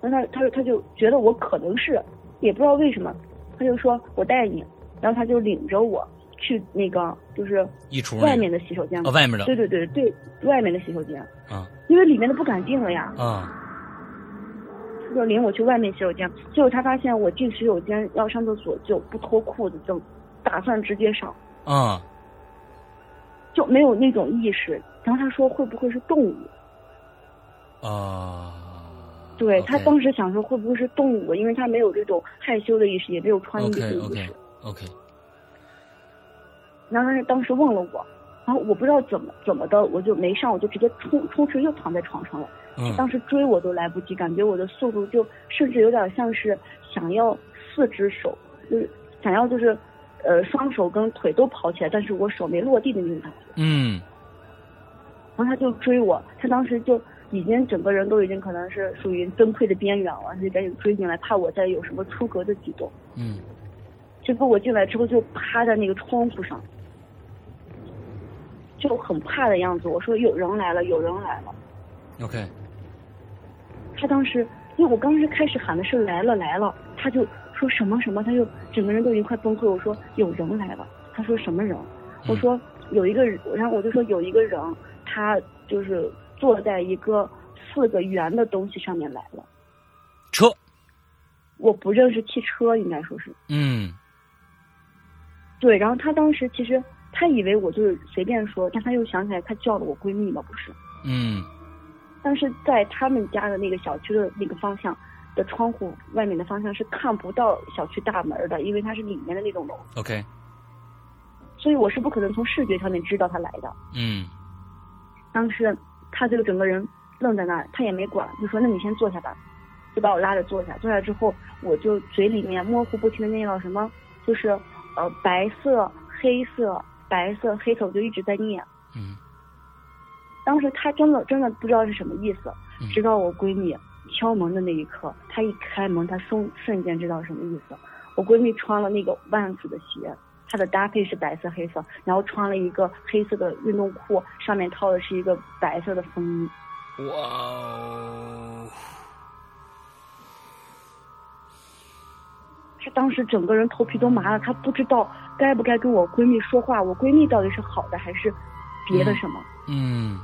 C: 然后他他他就觉得我可能是，也不知道为什么，他就说我带你，然后他就领着我去那个就是
B: 衣橱
C: 外面的洗手间
B: 哦，，外面的
C: 对对对对，外面的洗手间，
B: 啊
C: 因为里面的不敢进了呀，
B: 啊，
C: 他就领我去外面洗手间，结果他发现我进洗手间要上厕所就不脱裤子，就打算直接上，
B: 啊，
C: 就没有那种意识。然后他说会不会是动物？
B: 啊，
C: 对
B: OK
C: 他当时想说会不会是动物，因为他没有这种害羞的意识，也没有穿衣服的
B: OK
C: 意识。
B: OK OK，
C: 然后他当时问了我，然后我不知道怎么怎么的，我就没上，我就直接冲冲出去又躺在床上了。
B: 嗯
C: 当时追我都来不及，感觉我的速度就甚至有点像是想要四只手，就是想要就是呃双手跟腿都跑起来，但是我手没落地的那种感觉。
B: 嗯
C: 然后他就追我，他当时就已经整个人都已经可能是属于崩溃的边缘了，就赶紧追进来，怕我再有什么出格的举动。
B: 嗯
C: 结果我进来之后就趴在那个窗户上，就很怕的样子。我说有人来了，有人来了。
B: ，OK，
C: 他当时，因为我刚是开始喊的是来了来了，他就说什么什么，他就整个人都已经快崩溃。我说有人来了，他说什么人？我说有一个人，然后我就说有一个人，他就是坐在一个四个圆的东西上面来了。
B: 车，
C: 我不认识汽车，应该说是
B: 嗯
C: 对。然后他当时其实他以为我就是随便说，但他又想起来他叫了我闺蜜嘛，不是？
B: 嗯
C: 但是在他们家的那个小区的那个方向的窗户外面的方向是看不到小区大门的，因为它是里面的那种楼，
B: OK，
C: 所以我是不可能从视觉上面知道他来的。
B: 嗯
C: 当时他就整个人愣在那儿，他也没管，就说：“那你先坐下吧。”就把我拉着坐下。坐下之后，我就嘴里面模糊不清的念叨什么，就是呃白色、黑色、白色、黑色，我就一直在念。
B: 嗯
C: 当时他真的真的不知道是什么意思
B: 嗯，
C: 直到我闺蜜敲门的那一刻，她一开门，她瞬瞬间知道什么意思。我闺蜜穿了那个万斯的鞋，她的搭配是白色黑色，然后穿了一个黑色的运动裤，上面套的是一个白色的风衣。
B: 哇哦，
C: 是当时整个人头皮都麻了，她不知道该不该跟我闺蜜说话，我闺蜜到底是好的还是别的什么，
B: 嗯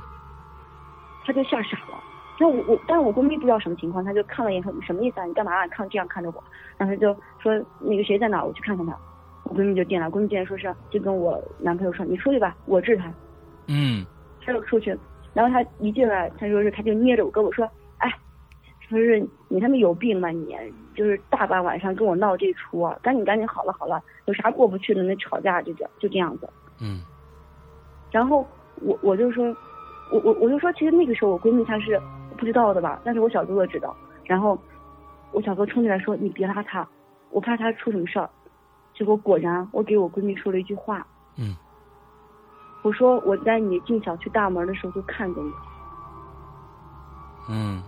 C: 她就吓傻了。那我我，但我闺蜜不知道什么情况，她就看了一眼，什么意思啊？你干嘛啊、看这样看着我？然后她就说那个谁在哪？我去看看他。我闺蜜就进来，我闺蜜进来说是就跟我男朋友说，你出去吧，我治他。
B: 嗯
C: 他就出去，然后他一进来，他说是他就捏着我胳膊说，哎，说是你他妈有病吧你，就是大半晚上跟我闹这出啊，赶紧赶紧好了好了，有啥过不去的那吵架就这就这样子。
B: 嗯
C: 然后我我就说，我我我就说，其实那个时候我闺蜜她是不知道的吧，但是我小哥哥知道。然后我小哥冲进来说：“你别拉他，我怕他出什么事儿。”结果果然，我给我闺蜜说了一句话，
B: 嗯
C: 我说我在你进小区大门的时候就看见你。
B: 嗯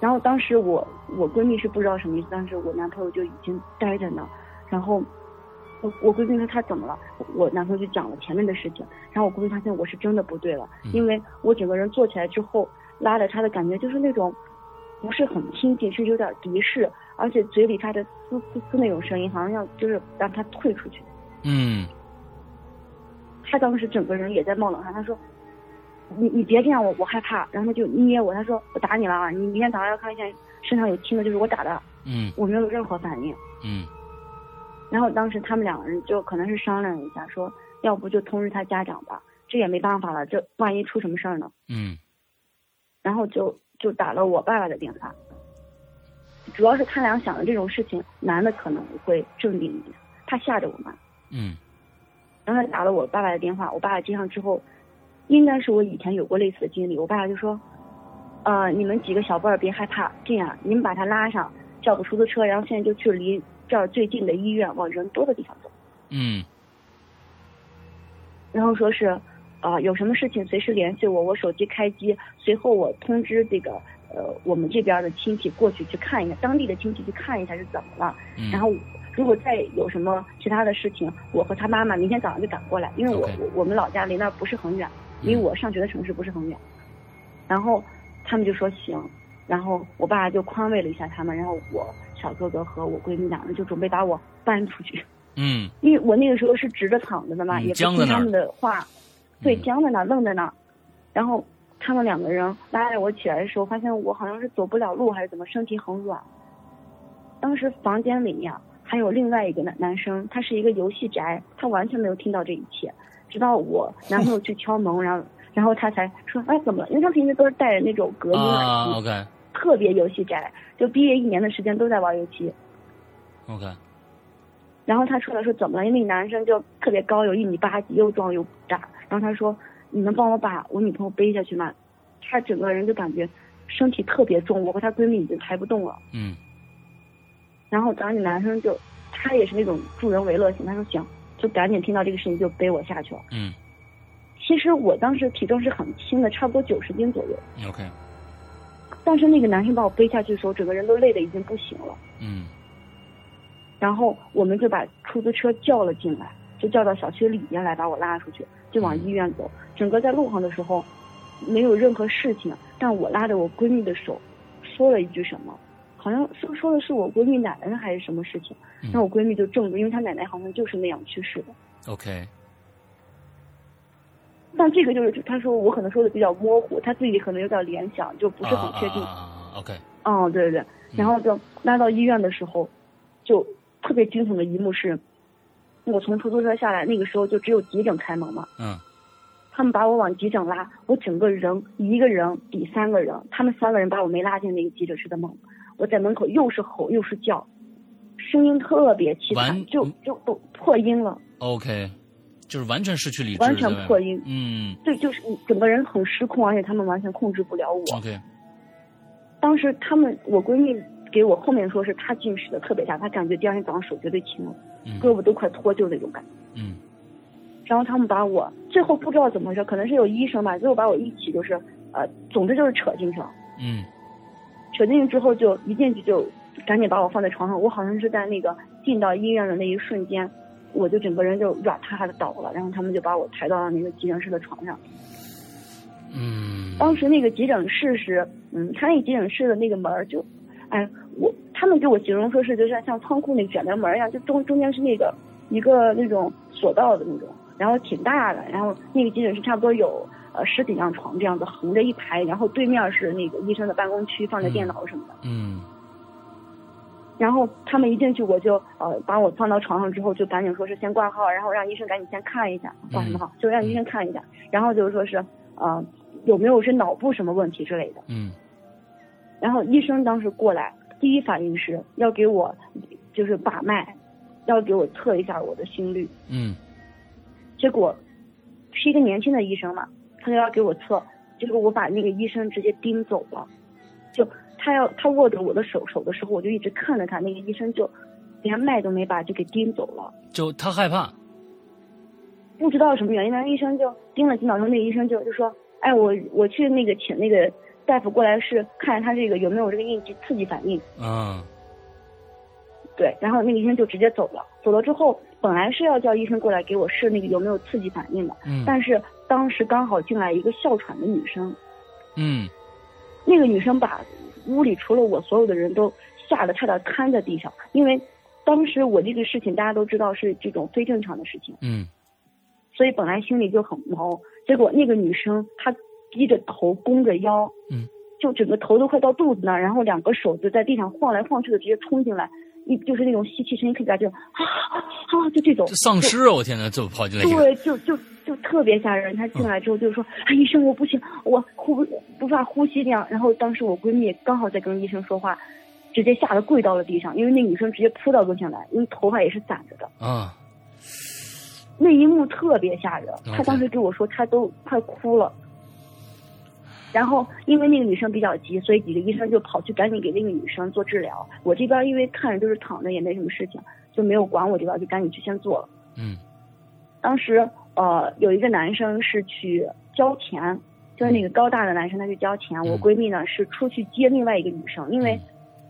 C: 然后当时我我闺蜜是不知道什么意思，但是我男朋友就已经待在那儿，然后我我闺蜜说他怎么了，我男朋友就讲了前面的事情，然后我闺蜜发现我是真的不对了，
B: 嗯
C: 因为我整个人坐起来之后拉着他的感觉就是那种不是很亲近，甚至有点敌视，而且嘴里发着嘶嘶嘶那种声音，好像要就是让他退出去。
B: 嗯
C: 他当时整个人也在冒冷汗，他说：“你你别这样，我我害怕。”然后他就捏我，他说：“我打你了啊！你明天早上要看见身上有青的，就是我打的。”啊
B: 嗯
C: 我没有任何反应。
B: 嗯
C: 然后当时他们两个人就可能是商量一下，说要不就通知他家长吧，这也没办法了，这万一出什么事儿呢？
B: 嗯
C: 然后就就打了我爸爸的电话。主要是他俩想的这种事情，男的可能会镇定一点，怕吓着我妈。
B: 嗯
C: 然后他打了我爸爸的电话，我爸爸接上之后，应该是我以前有过类似的经历，我爸爸就说，呃，你们几个小辈儿别害怕，这样你们把他拉上，叫个出租车，然后现在就去离这儿最近的医院，往人多的地方走。
B: 嗯
C: 然后说是，啊、有什么事情随时联系我，我手机开机，随后我通知这个呃我们这边的亲戚过去去看一下，当地的亲戚去看一下是怎么了。
B: 嗯，
C: 然后如果再有什么其他的事情，我和他妈妈明天早上就赶过来，因为我
B: OK 嗯
C: 我我们老家离那儿不是很远，离我上学的城市不是很远。然后他们就说行，然后我爸就宽慰了一下他们，然后我小哥哥和我闺蜜两人就准备把我搬出去。
B: 嗯
C: 因为我那个时候是直着躺着的嘛，
B: 嗯
C: 也不
B: 僵在
C: 听
B: 那儿
C: 他们的话，对，
B: 嗯
C: 僵在那儿，愣在那儿。然后他们两个人拉着我起来的时候，发现我好像是走不了路还是怎么，身体很软。当时房间里面还有另外一个男男生，他是一个游戏宅，他完全没有听到这一切，直到 我男朋友去敲门，然后然后他才说哎怎么了？因为他平时都是戴着那种隔音耳
B: 啊
C: 机，
B: ，OK
C: 特别游戏宅，就毕业一年的时间都在玩游戏。
B: OK，
C: 然后他出来说怎么了？因为那男生就特别高，有一米八几，又壮又大。然后他说：“你能帮我把我女朋友背下去吗？”他整个人就感觉身体特别重，我和她闺蜜已经抬不动了。
B: 嗯
C: 然后当时那男生就，他也是那种助人为乐型，他说行，就赶紧听到这个事情就背我下去了。
B: 嗯
C: 其实我当时体重是很轻的，差不多九十斤左右，
B: OK，
C: 但是那个男生把我背下去的时候，整个人都累得已经不行了。
B: 嗯
C: 然后我们就把出租车叫了进来，就叫到小区里面来把我拉出去，就往医院走。整个在路上的时候，没有任何事情，但我拉着我闺蜜的手，说了一句什么，好像说说的是我闺蜜奶奶还是什么事情
B: 嗯，
C: 那我闺蜜就怔住，因为她奶奶好像就是那样去世的。
B: OK，
C: 但这个就是她说我可能说的比较模糊，她自己可能有点联想，就不是很确定。
B: OK，
C: 哦，对对对，
B: 嗯
C: 然后就拉到医院的时候，就特别惊悚的一幕是，我从出租车下来，那个时候就只有急诊开门嘛，
B: 嗯
C: 他们把我往急诊拉，我整个人一个人抵三个人，他们三个人把我没拉进那个急诊室的门，我在门口又是吼又是叫，声音特别凄
B: 完嗯
C: 惨，就就都破音了，
B: OK，就是完全失去理智，
C: 完全
B: 对吧
C: 破音
B: 嗯
C: 对，就是你整个人很失控，而且他们完全控制不了我。
B: OK，
C: 当时他们，我闺蜜给我后面说是她近视的特别大，她感觉第二天早上手绝对青了，
B: 嗯
C: 胳膊都快脱臼那种感觉。
B: 嗯
C: 然后他们把我最后不知道怎么回事，可能是有医生吧，最后把我一起就是呃，总之就是扯进去了。
B: 嗯
C: 扯进去之后就一进去就赶紧把我放在床上，我好像是在那个进到医院的那一瞬间，我就整个人就软塌塌的倒了，然后他们就把我抬到了那个急诊室的床上。
B: 嗯，
C: 当时那个急诊室是，嗯，他那个急诊室的那个门儿就，哎，我他们给我形容说是就像像仓库那卷帘门一样，就中中间是那个一个那种索道的那种，然后挺大的，然后那个急诊室差不多有呃十几张床这样子横着一排，然后对面是那个医生的办公区，放着电脑什么的。
B: 嗯
C: 然后他们一进去，我就呃把我放到床上之后，就赶紧说是先挂号，然后让医生赶紧先看一下挂什么号，就让医生看一下，然后就是说是呃有没有是脑部什么问题之类的。
B: 嗯
C: 然后医生当时过来，第一反应是要给我就是把脉，要给我测一下我的心率。
B: 嗯
C: 结果是一个年轻的医生嘛，他就要给我测，结果我把那个医生直接盯走了。就他要他握着我的手手的时候，我就一直看了看那个医生，就连脉都没把就给盯走了。
B: 嗯，就他害怕，
C: 不知道什么原因，那医生就盯了几秒钟，那个医生就就说：“哎，我我去那个请那个大夫过来是看他这个有没有这个应激刺激反应。”
B: 嗯
C: 对，然后那个医生就直接走了。走了之后，本来是要叫医生过来给我试那个有没有刺激反应的，
B: 嗯
C: 但是当时刚好进来一个哮喘的女生，
B: 嗯
C: 那个女生把屋里除了我所有的人都吓得差点瘫在地上，因为当时我这个事情大家都知道是这种非正常的事情，
B: 嗯
C: 所以本来心里就很毛，结果那个女生她低着头弓着腰，
B: 嗯，
C: 就整个头都快到肚子那儿，然后两个手就在地上晃来晃去的，直接冲进来，一就是那种吸气声音，可以感觉啊啊啊，就这种
B: 这，丧尸啊！我天哪，就跑进来一个，嗯
C: 对，就就就特别吓人。她进来之后就说：“哎，医生，我不行，我呼不怕呼吸这样。”然后当时我闺蜜刚好在跟医生说话，直接吓得跪到了地上，因为那女生直接扑到跟前来，因为头发也是散着的。
B: 啊，
C: 那一幕特别吓人，
B: OK
C: 她当时给我说她都快哭了。然后因为那个女生比较急，所以几个医生就跑去赶紧给那个女生做治疗。我这边因为看着就是躺着也没什么事情，就没有管我这边，就赶紧去先做了。
B: 嗯
C: 当时呃有一个男生是去交钱，就是那个高大的男生他去交钱，
B: 嗯
C: 我闺蜜呢是出去接另外一个女生，因为
B: 嗯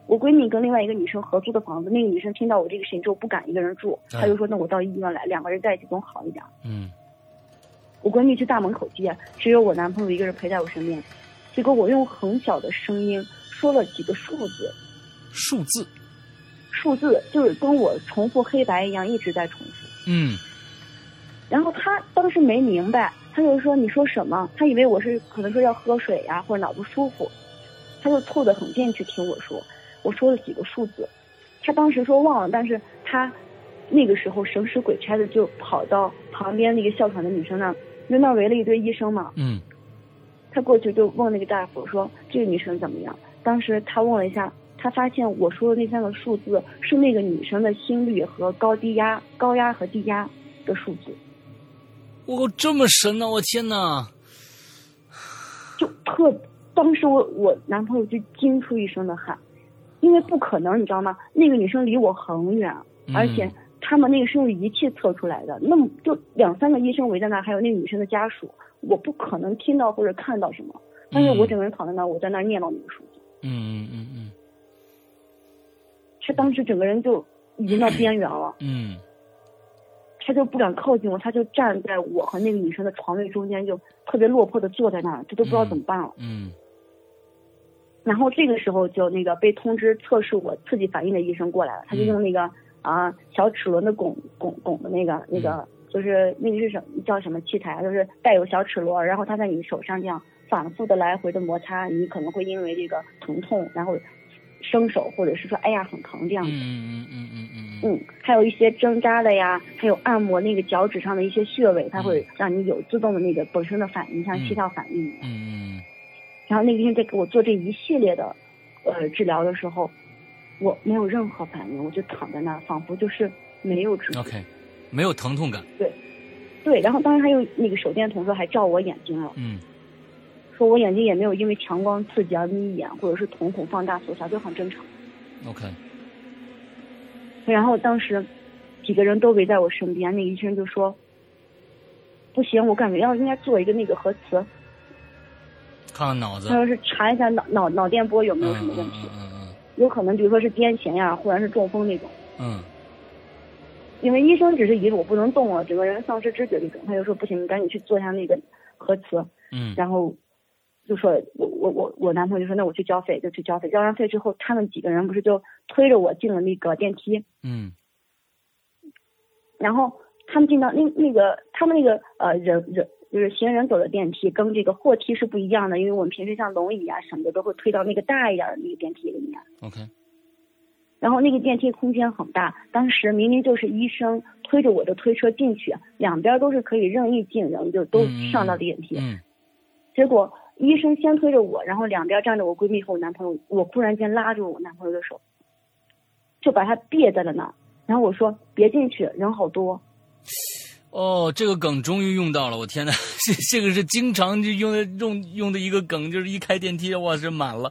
C: 我闺蜜跟另外一个女生合租的房子，那个女生听到我这个事情之后不敢一个人住，
B: 哎
C: 她就说那我到医院来，两个人在一起总好一点。
B: 嗯
C: 我闺蜜去大门口接，只有我男朋友一个人陪在我身边，结果我用很小的声音说了几个数字，
B: 数字，
C: 数字就是跟我重复黑白一样一直在重复。
B: 嗯
C: 然后他当时没明白，他就说你说什么？他以为我是可能说要喝水呀、或者脑不舒服，他就凑得很近去听我说，我说了几个数字，他当时说忘了，但是他那个时候神使鬼差的就跑到旁边那个哮喘的女生那儿，因为那儿围了一堆医生嘛，
B: 嗯
C: 他过去就问那个大夫说这个女生怎么样？当时他问了一下，他发现我说的那三个数字是那个女生的心率和高低压、高压和低压的数字。
B: 我这么神呢、我天哪！
C: 就特，当时我我男朋友就惊出一身的汗，因为不可能，你知道吗？那个女生离我很远，
B: 嗯
C: 而且他们那个是用仪器测出来的，那么就两三个医生围在那儿，还有那个女生的家属，我不可能听到或者看到什么，但是
B: 嗯
C: 我整个人躺在那儿，我在那儿念叨那个数字，
B: 嗯嗯嗯
C: 他当时整个人就已经到边缘了，
B: 嗯
C: 他就不敢靠近我，他就站在我和那个女生的床位中间，就特别落魄的坐在那儿，这都不知道怎么办了。
B: 嗯
C: 然后这个时候就那个被通知测试我刺激反应的医生过来了，他就
B: 嗯
C: 用那个啊、小齿轮的拱拱拱的那个那
B: 嗯
C: 个就是那个是什么叫什么器材啊？就是带有小齿轮，然后它在你手上这样反复的来回的摩擦，你可能会因为这个疼痛，然后生手或者是说哎呀很疼这
B: 嗯
C: 样子。
B: 嗯嗯嗯嗯
C: 嗯，还有一些针扎的呀，还有按摩那个脚趾上的一些穴位，它会让你有自动的那个本身的反应，像
B: 嗯
C: 心跳反应一样。
B: 嗯
C: 然后那个医生在给我做这一系列的呃治疗的时候，我没有任何反应，我就躺在那儿，仿佛就是没有知觉。
B: ，OK，没有疼痛感，
C: 对，然后当时还有那个手电筒说还照我眼睛了，
B: 嗯
C: 说我眼睛也没有因为强光刺激而眯眼，或者是瞳孔放大缩小，就很正常。
B: ，OK，
C: 然后当时几个人都围在我身边，那个医生就说：“不行，我感觉要应该做一个那个核磁，
B: 看看脑子
C: 他，说是查一下脑脑脑电波有没有什
B: 嗯
C: 么问
B: 嗯
C: 题，
B: 嗯
C: 有可能比如说是癫痫呀，或者是中风那种。”
B: 嗯
C: 因为医生只是以为我不能动了，整个人丧失知觉这种，他就说不行，你赶紧去做一下那个核磁。
B: 嗯嗯
C: 然后就说我我我我男朋友就说那我去交费，就去交费，交完费之后，他们几个人不是就推着我进了那个电梯，
B: 嗯
C: 然后他们进到那那个他们那个呃人人就是行人走的电梯跟这个货梯是不一样的，因为我们平时像轮椅啊什么的都会推到那个大一点的那个电梯里面。
B: ，OK，
C: 然后那个电梯空间很大，当时明明就是医生推着我的推车进去，两边都是可以任意进人，就都
B: 嗯嗯
C: 上到电梯。
B: 嗯
C: 结果医生先推着我，然后两边站着我闺蜜和我男朋友，我忽然间拉住我男朋友的手，就把他别在了那儿。然后我说别进去，人好多。
B: 哦，这个梗终于用到了，我天哪， 这这个是经常就用的用用的一个梗，就是一开电梯，哇，是满了，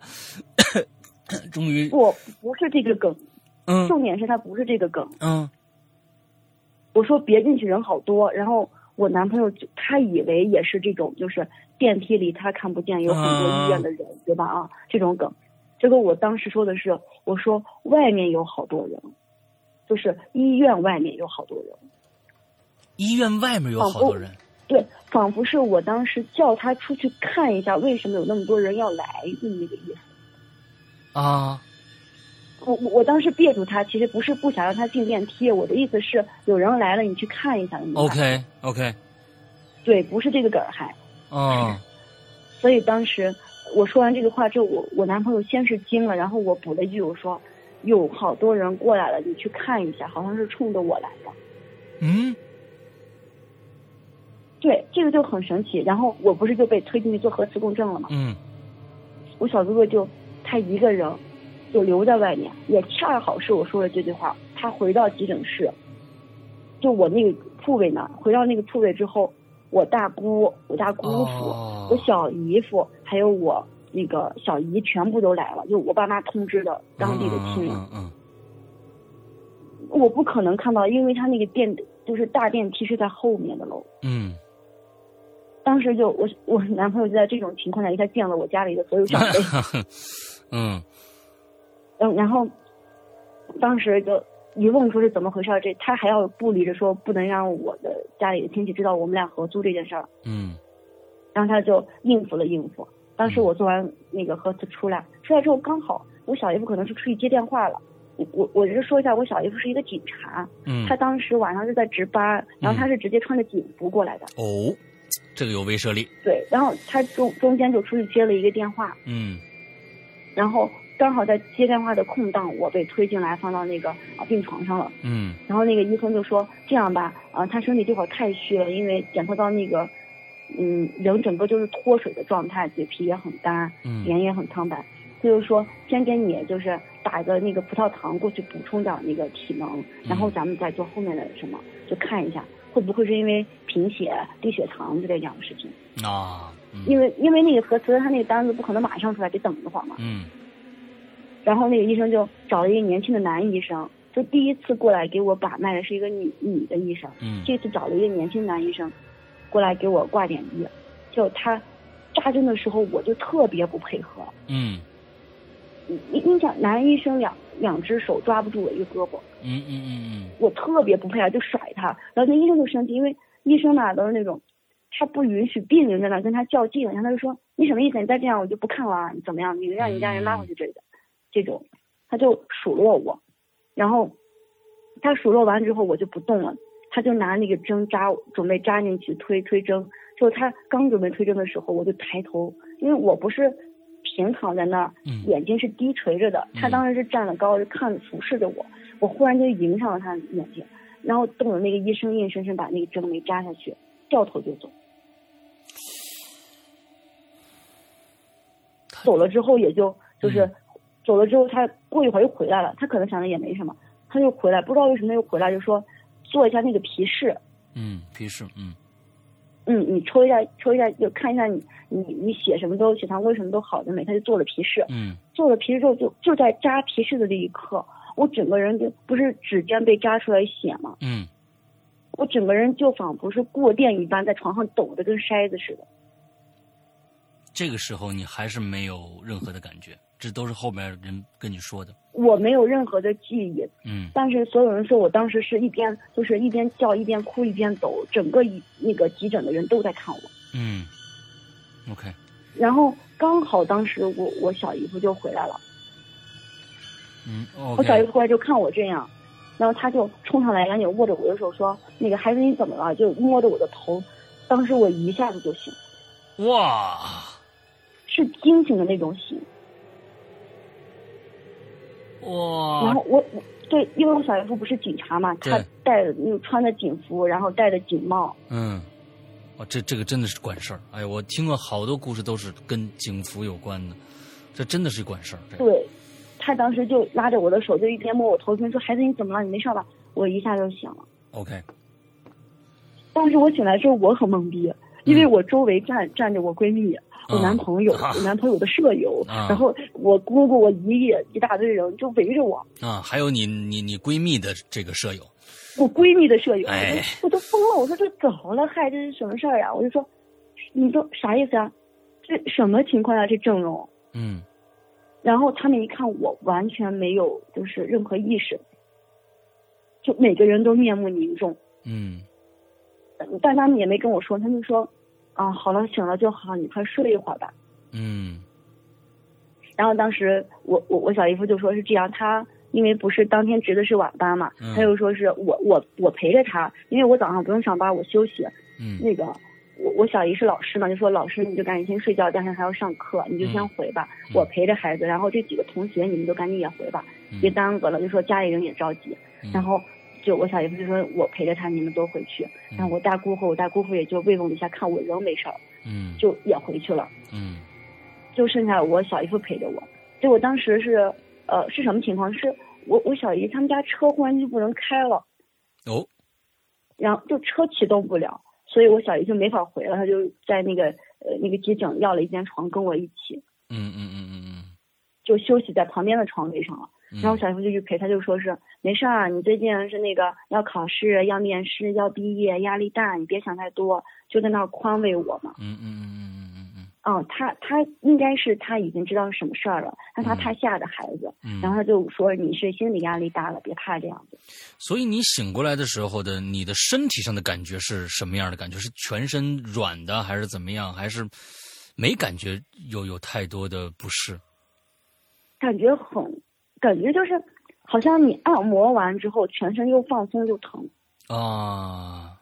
B: 终于，
C: 不，不是这个梗，
B: 嗯
C: 重点是他不是这个梗。
B: 嗯
C: 我说别进去，人好多。然后我男朋友就他以为也是这种，就是电梯里他看不见有很多医院的人，对吧？啊，这种梗。结果我当时说的是，我说外面有好多人，就是医院外面有好多人。
B: 医院外面有好多人，
C: 对，仿佛是我当时叫他出去看一下，为什么有那么多人要来，就那个意思。哦
B: 啊，
C: 我我我当时憋住他，其实不是不想让他进电梯，我的意思是有人来了，你去看一下。你看
B: OK OK，
C: 对，不是这个梗儿还。
B: 哦，
C: 所以当时我说完这个话之后，我我男朋友先是惊了，然后我补了一句，我说有好多人过来了，你去看一下，好像是冲着我来的。
B: 嗯
C: 对，这个就很神奇。然后我不是就被推进去做核磁共振了吗？
B: 嗯
C: 我小哥哥就他一个人就留在外面，也恰好是我说了这句话，他回到急诊室，就我那个铺位那儿，回到那个铺位之后，我大姑、我大姑父、
B: 哦
C: 我小姨夫还有我那个小姨全部都来了，就我爸妈通知的当地的亲人，
B: 嗯嗯
C: 我不可能看到，因为他那个电就是大电梯是在后面的楼。
B: 嗯，
C: 当时就我我男朋友就在这种情况下，一下见了我家里的所有长 辈，
B: 嗯嗯
C: 嗯，然后当时就一问说是怎么回事儿，这他还要不离着说不能让我的家里的亲戚知道我们俩合租这件事儿，
B: 嗯
C: 然后他就应付了应付。当时我做完那个核磁出来，出来之后刚好我小姨夫可能是出去接电话了，我我我是说一下，我小姨夫是一个警察，
B: 嗯
C: 他，当时晚上是在值班，然后他是直接穿着警服过来的，
B: 哦，这个有威慑力，
C: 对，然后他中中间就出去接了一个电话，
B: 嗯
C: 然后刚好在接电话的空档，我被推进来放到那个啊病床上了。
B: 嗯
C: 然后那个医生就说：“这样吧，啊、他身体这会儿太虚了，因为检测到那个，嗯，人整个就是脱水的状态，嘴皮也很干，
B: 嗯
C: 脸也很苍白。他就说先给你就是打一个那个葡萄糖过去补充点儿那个体能，然
B: 嗯
C: 后咱们再做后面的什么，就看一下会不会是因为贫血、低血糖之类这样的事情。
B: 啊，
C: 因
B: 嗯
C: 为因为那个核磁他那个单子不可能马上出来，得等一会儿嘛。
B: 嗯
C: 然后那个医生就找了一个年轻的男医生，就第一次过来给我把脉的是一个女女的医生。”
B: 嗯
C: 这次找了一个年轻男医生过来给我挂点滴，就他扎针的时候我就特别不配合，
B: 嗯
C: 你你你想男医生两两只手抓不住我一个胳膊，
B: 嗯嗯
C: 我特别不配啊合就甩他，然后那医生就生气，因为医生嘛都是那种他不允许病人在那跟他较劲，然后他就说你什么意思？你再这样我就不看了啊，你怎么样？你让你家人拉回去之类的，这种他就数落我，然后他数落完之后我就不动了，他就拿那个针扎我，准备扎进去推推针，就他刚准备推针的时候，我就抬头，因为我不是平躺在那儿，
B: 嗯嗯，
C: 眼睛是低垂着的，他
B: 嗯
C: 当时是站得高，就看俯视着我，我忽然就迎上了他的眼睛，然后瞪着那个医生，硬生生把那个针没扎下去，掉头就走。走了之后也就就是、
B: 嗯
C: 走了之后，他过一会儿又回来了，他可能想着也没什么，他又回来，不知道为什么又回来，就说做一下那个皮试，
B: 嗯，皮试，嗯
C: 嗯，你抽一下抽一下，就看一下你你你血什么都血糖为什么都好的没，他就做了皮试，
B: 嗯
C: 做了皮试之后就，就在扎皮试的那一刻，我整个人就不是指尖被扎出来血嘛，
B: 嗯，
C: 我整个人就仿佛是过电一般，在床上抖的跟筛子似的。
B: 这个时候你还是没有任何的感觉，这都是后面人跟你说的，
C: 我没有任何的记忆，
B: 嗯
C: 但是所有人说我当时是一边就是一边叫一边哭一边抖，整个一那个急诊的人都在看我。
B: 嗯，OK，
C: 然后刚好当时我我小姨夫就回来了，
B: 嗯
C: 我小姨
B: ，OK，
C: 夫回来就看我这样，然后他就冲上来，赶紧握着我的手说：“那个孩子你怎么了？”就摸着我的头，当时我一下子就醒，
B: 哇，
C: 是惊醒的那种醒。然
B: 哇，
C: 后我我对，因为我小姨夫不是警察嘛，他
B: 啊对
C: 戴着那个穿着警服，然后戴着警帽，
B: 嗯，哇，这这个真的是管事儿。哎呀，我听过好多故事都是跟警服有关的，这真的是管事儿。这个
C: 对，他当时就拉着我的手，就一边摸我头，一边说：“孩子你怎么了？你没事吧？”我一下就醒了。
B: ，OK，
C: 当时我醒来之后，我很懵逼，因为我周围站站着我闺蜜、我男朋友、
B: 嗯啊
C: 我男朋友的舍友，
B: 啊
C: 然后我姑姑、我姨爷一大堆人就围着我，
B: 啊，还有你你你闺蜜的这个舍友，
C: 我闺蜜的舍友，
B: 哎
C: 我都我都疯了，我说这怎么了？嗨，这是什么事儿啊？我就说，你都啥意思啊？这什么情况啊？这整容？
B: 嗯
C: 然后他们一看我完全没有就是任何意识，就每个人都面目凝重，
B: 嗯
C: 但他们也没跟我说，他们说，啊，好了，醒了就好，你快睡一会儿吧。
B: 嗯
C: 然后当时我我我小姨夫就说是这样，他因为不是当天值的是晚班嘛，
B: 嗯
C: 他就说是我我我陪着他，因为我早上不用上班，我休息。
B: 嗯
C: 那个我我小姨是老师嘛，就说老师你就赶紧先睡觉，第二天还要上课，你就先回吧，
B: 嗯
C: 我陪着孩子。然后这几个同学你们都赶紧也回吧，
B: 嗯
C: 别耽搁了，就说家里人也着急。
B: 嗯
C: 然后就我小姨夫就说我陪着他，你们都回去。然后我大姑和我大姑父也就慰问了一下，看我仍没事儿，
B: 嗯
C: 就也回去了。
B: 嗯
C: 就剩下我小姨夫陪着我。就我当时是呃是什么情况？是我我小姨他们家车忽然就不能开了，
B: 哦
C: 然后就车启动不了，所以我小姨就没法回了，她就在那个呃那个急诊要了一间床跟我一起，
B: 嗯嗯嗯嗯
C: 就休息在旁边的床位上了。
B: 嗯，
C: 然后我小姨夫就去陪，他就说是没事儿，你最近是那个要考试、要面试、要毕业，压力大，你别想太多，就在那儿宽慰我嘛。
B: 嗯嗯嗯嗯嗯
C: 嗯，他他应该是他已经知道是什么事儿了，但他怕吓着孩子，
B: 嗯，
C: 然后他就说你是心理压力大了，别怕这样子。
B: 所以你醒过来的时候的你的身体上的感觉是什么样的感觉？是全身软的，还是怎么样？还是没感觉有有太多的不适？
C: 感觉很，感觉就是好像你按摩完之后全身又放松又疼，
B: 啊，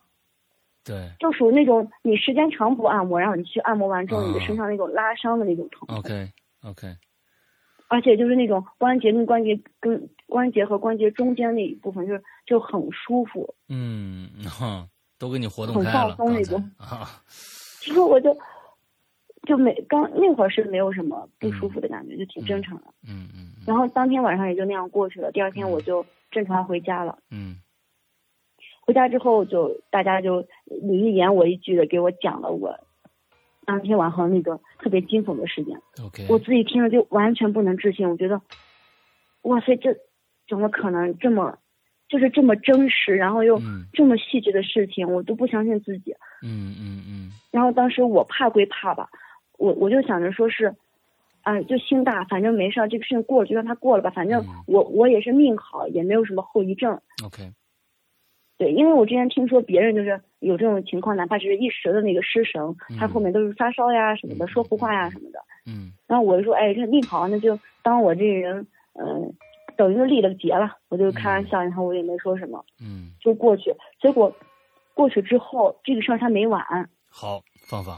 B: 对
C: 就属于那种你时间长不按摩，然后你去按摩完之后，
B: 啊
C: 你的身上那种拉伤的那种疼，
B: 哦，OK OK，
C: 而且就是那种关节跟关节跟关节和关节中间那一部分就是就很舒服，
B: 嗯，哈，都给你活动
C: 很
B: 开
C: 放
B: 了，
C: 松
B: 刚
C: 那
B: 才
C: 种
B: 啊，
C: 其实我就。就没刚那会儿是没有什么不舒服的感觉，就挺正常的。
B: 嗯嗯嗯
C: 然后当天晚上也就那样过去了，第二天我就正常回家了。
B: 嗯
C: 回家之后就大家就你一言我一句的给我讲了我当天晚上那个特别惊悚的事件，
B: 嗯，OK，
C: 我自己听了就完全不能置信，我觉得，哇塞，这怎么可能这么，就是这么真实，然后又
B: 嗯
C: 这么细致的事情，我都不相信自己。
B: 嗯嗯嗯
C: 然后当时我怕归怕吧，我我就想着说是，哎、就心大，反正没事儿，这个事情过了就让它过了吧，反正
B: 嗯
C: 我我也是命好，也没有什么后遗症。
B: ，OK，
C: 对，因为我之前听说别人就是有这种情况，哪怕只是一时的那个失神，他后面都是发烧呀什么的，
B: 嗯
C: 说胡话呀什么的。
B: 嗯
C: 然后我就说，哎，这命好，那就当我这人，嗯、等于是立了个节了。我就开玩笑，然后我也没说什么，
B: 嗯，
C: 就过去。结果过去之后，这个事儿他没完，
B: 好，芳芳，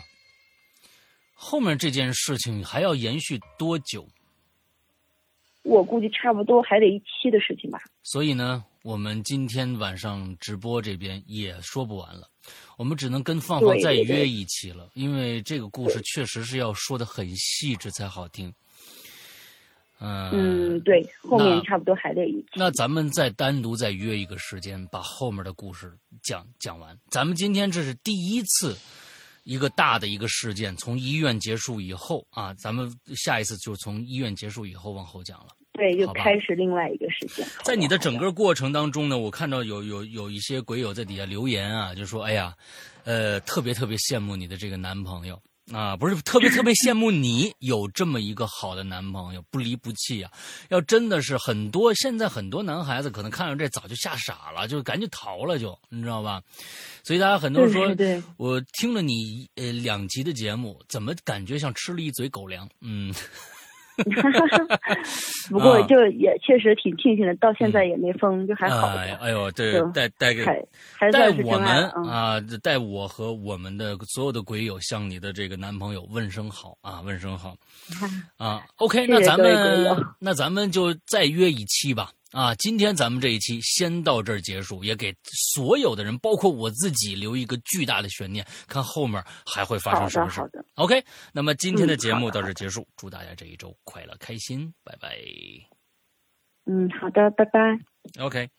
B: 后面这件事情还要延续多久？
C: 我估计差不多还得一期的事情吧。
B: 所以呢，我们今天晚上直播这边也说不完了，我们只能跟放放
C: 对
B: 再
C: 对对
B: 约一期了，因为这个故事确实是要说的很细致才好听。呃
C: 嗯，对，后
B: 那
C: 面差不多还得一期。
B: 那咱们再单独再约一个时间，把后面的故事讲讲完。咱们今天这是第一次一个大的一个事件，从医院结束以后啊，咱们下一次就从医院结束以后往后讲了。
C: 对，就
B: 好吧
C: 开始另外一个事件。
B: 在你的整个过程当中呢，我看到有有有一些鬼友在底下留言啊，就说：“哎呀，呃，特别特别羡慕你的这个男朋友啊，不是特别特别羡慕你有这么一个好的男朋友，不离不弃啊！要真的是很多现在很多男孩子可能看到这早就吓傻了，就赶紧逃了就，你知道吧？所以大家很多人说，
C: 对对对
B: 我听了你呃两集的节目，怎么感觉像吃了一嘴狗粮？嗯，
C: 不过
B: 啊
C: 就也确实挺庆幸的，到现在也没封，就还好吧。
B: 嗯哎哎呦，对
C: 就，
B: 带带给
C: 还还
B: 带
C: 算是
B: 我
C: 真爱
B: 们
C: 了嗯
B: 啊，带我和我们的所有的鬼友向你的这个男朋友问声好啊，问声 好啊。OK，
C: 谢谢
B: 那咱
C: 各位鬼
B: 们
C: 友
B: 那咱们就再约一期吧啊。今天咱们这一期先到这儿结束，也给所有的人，包括我自己留一个巨大的悬念，看后面还会发
C: 好
B: 生什
C: 的
B: 么事
C: 好
B: 儿。
C: 的，
B: OK，那么今天的
C: 嗯
B: 节
C: 好
B: 目
C: 的
B: 到
C: 好
B: 这儿结束，祝大家这一周快乐开心，拜拜。
C: 嗯，好的，拜拜。
B: OK。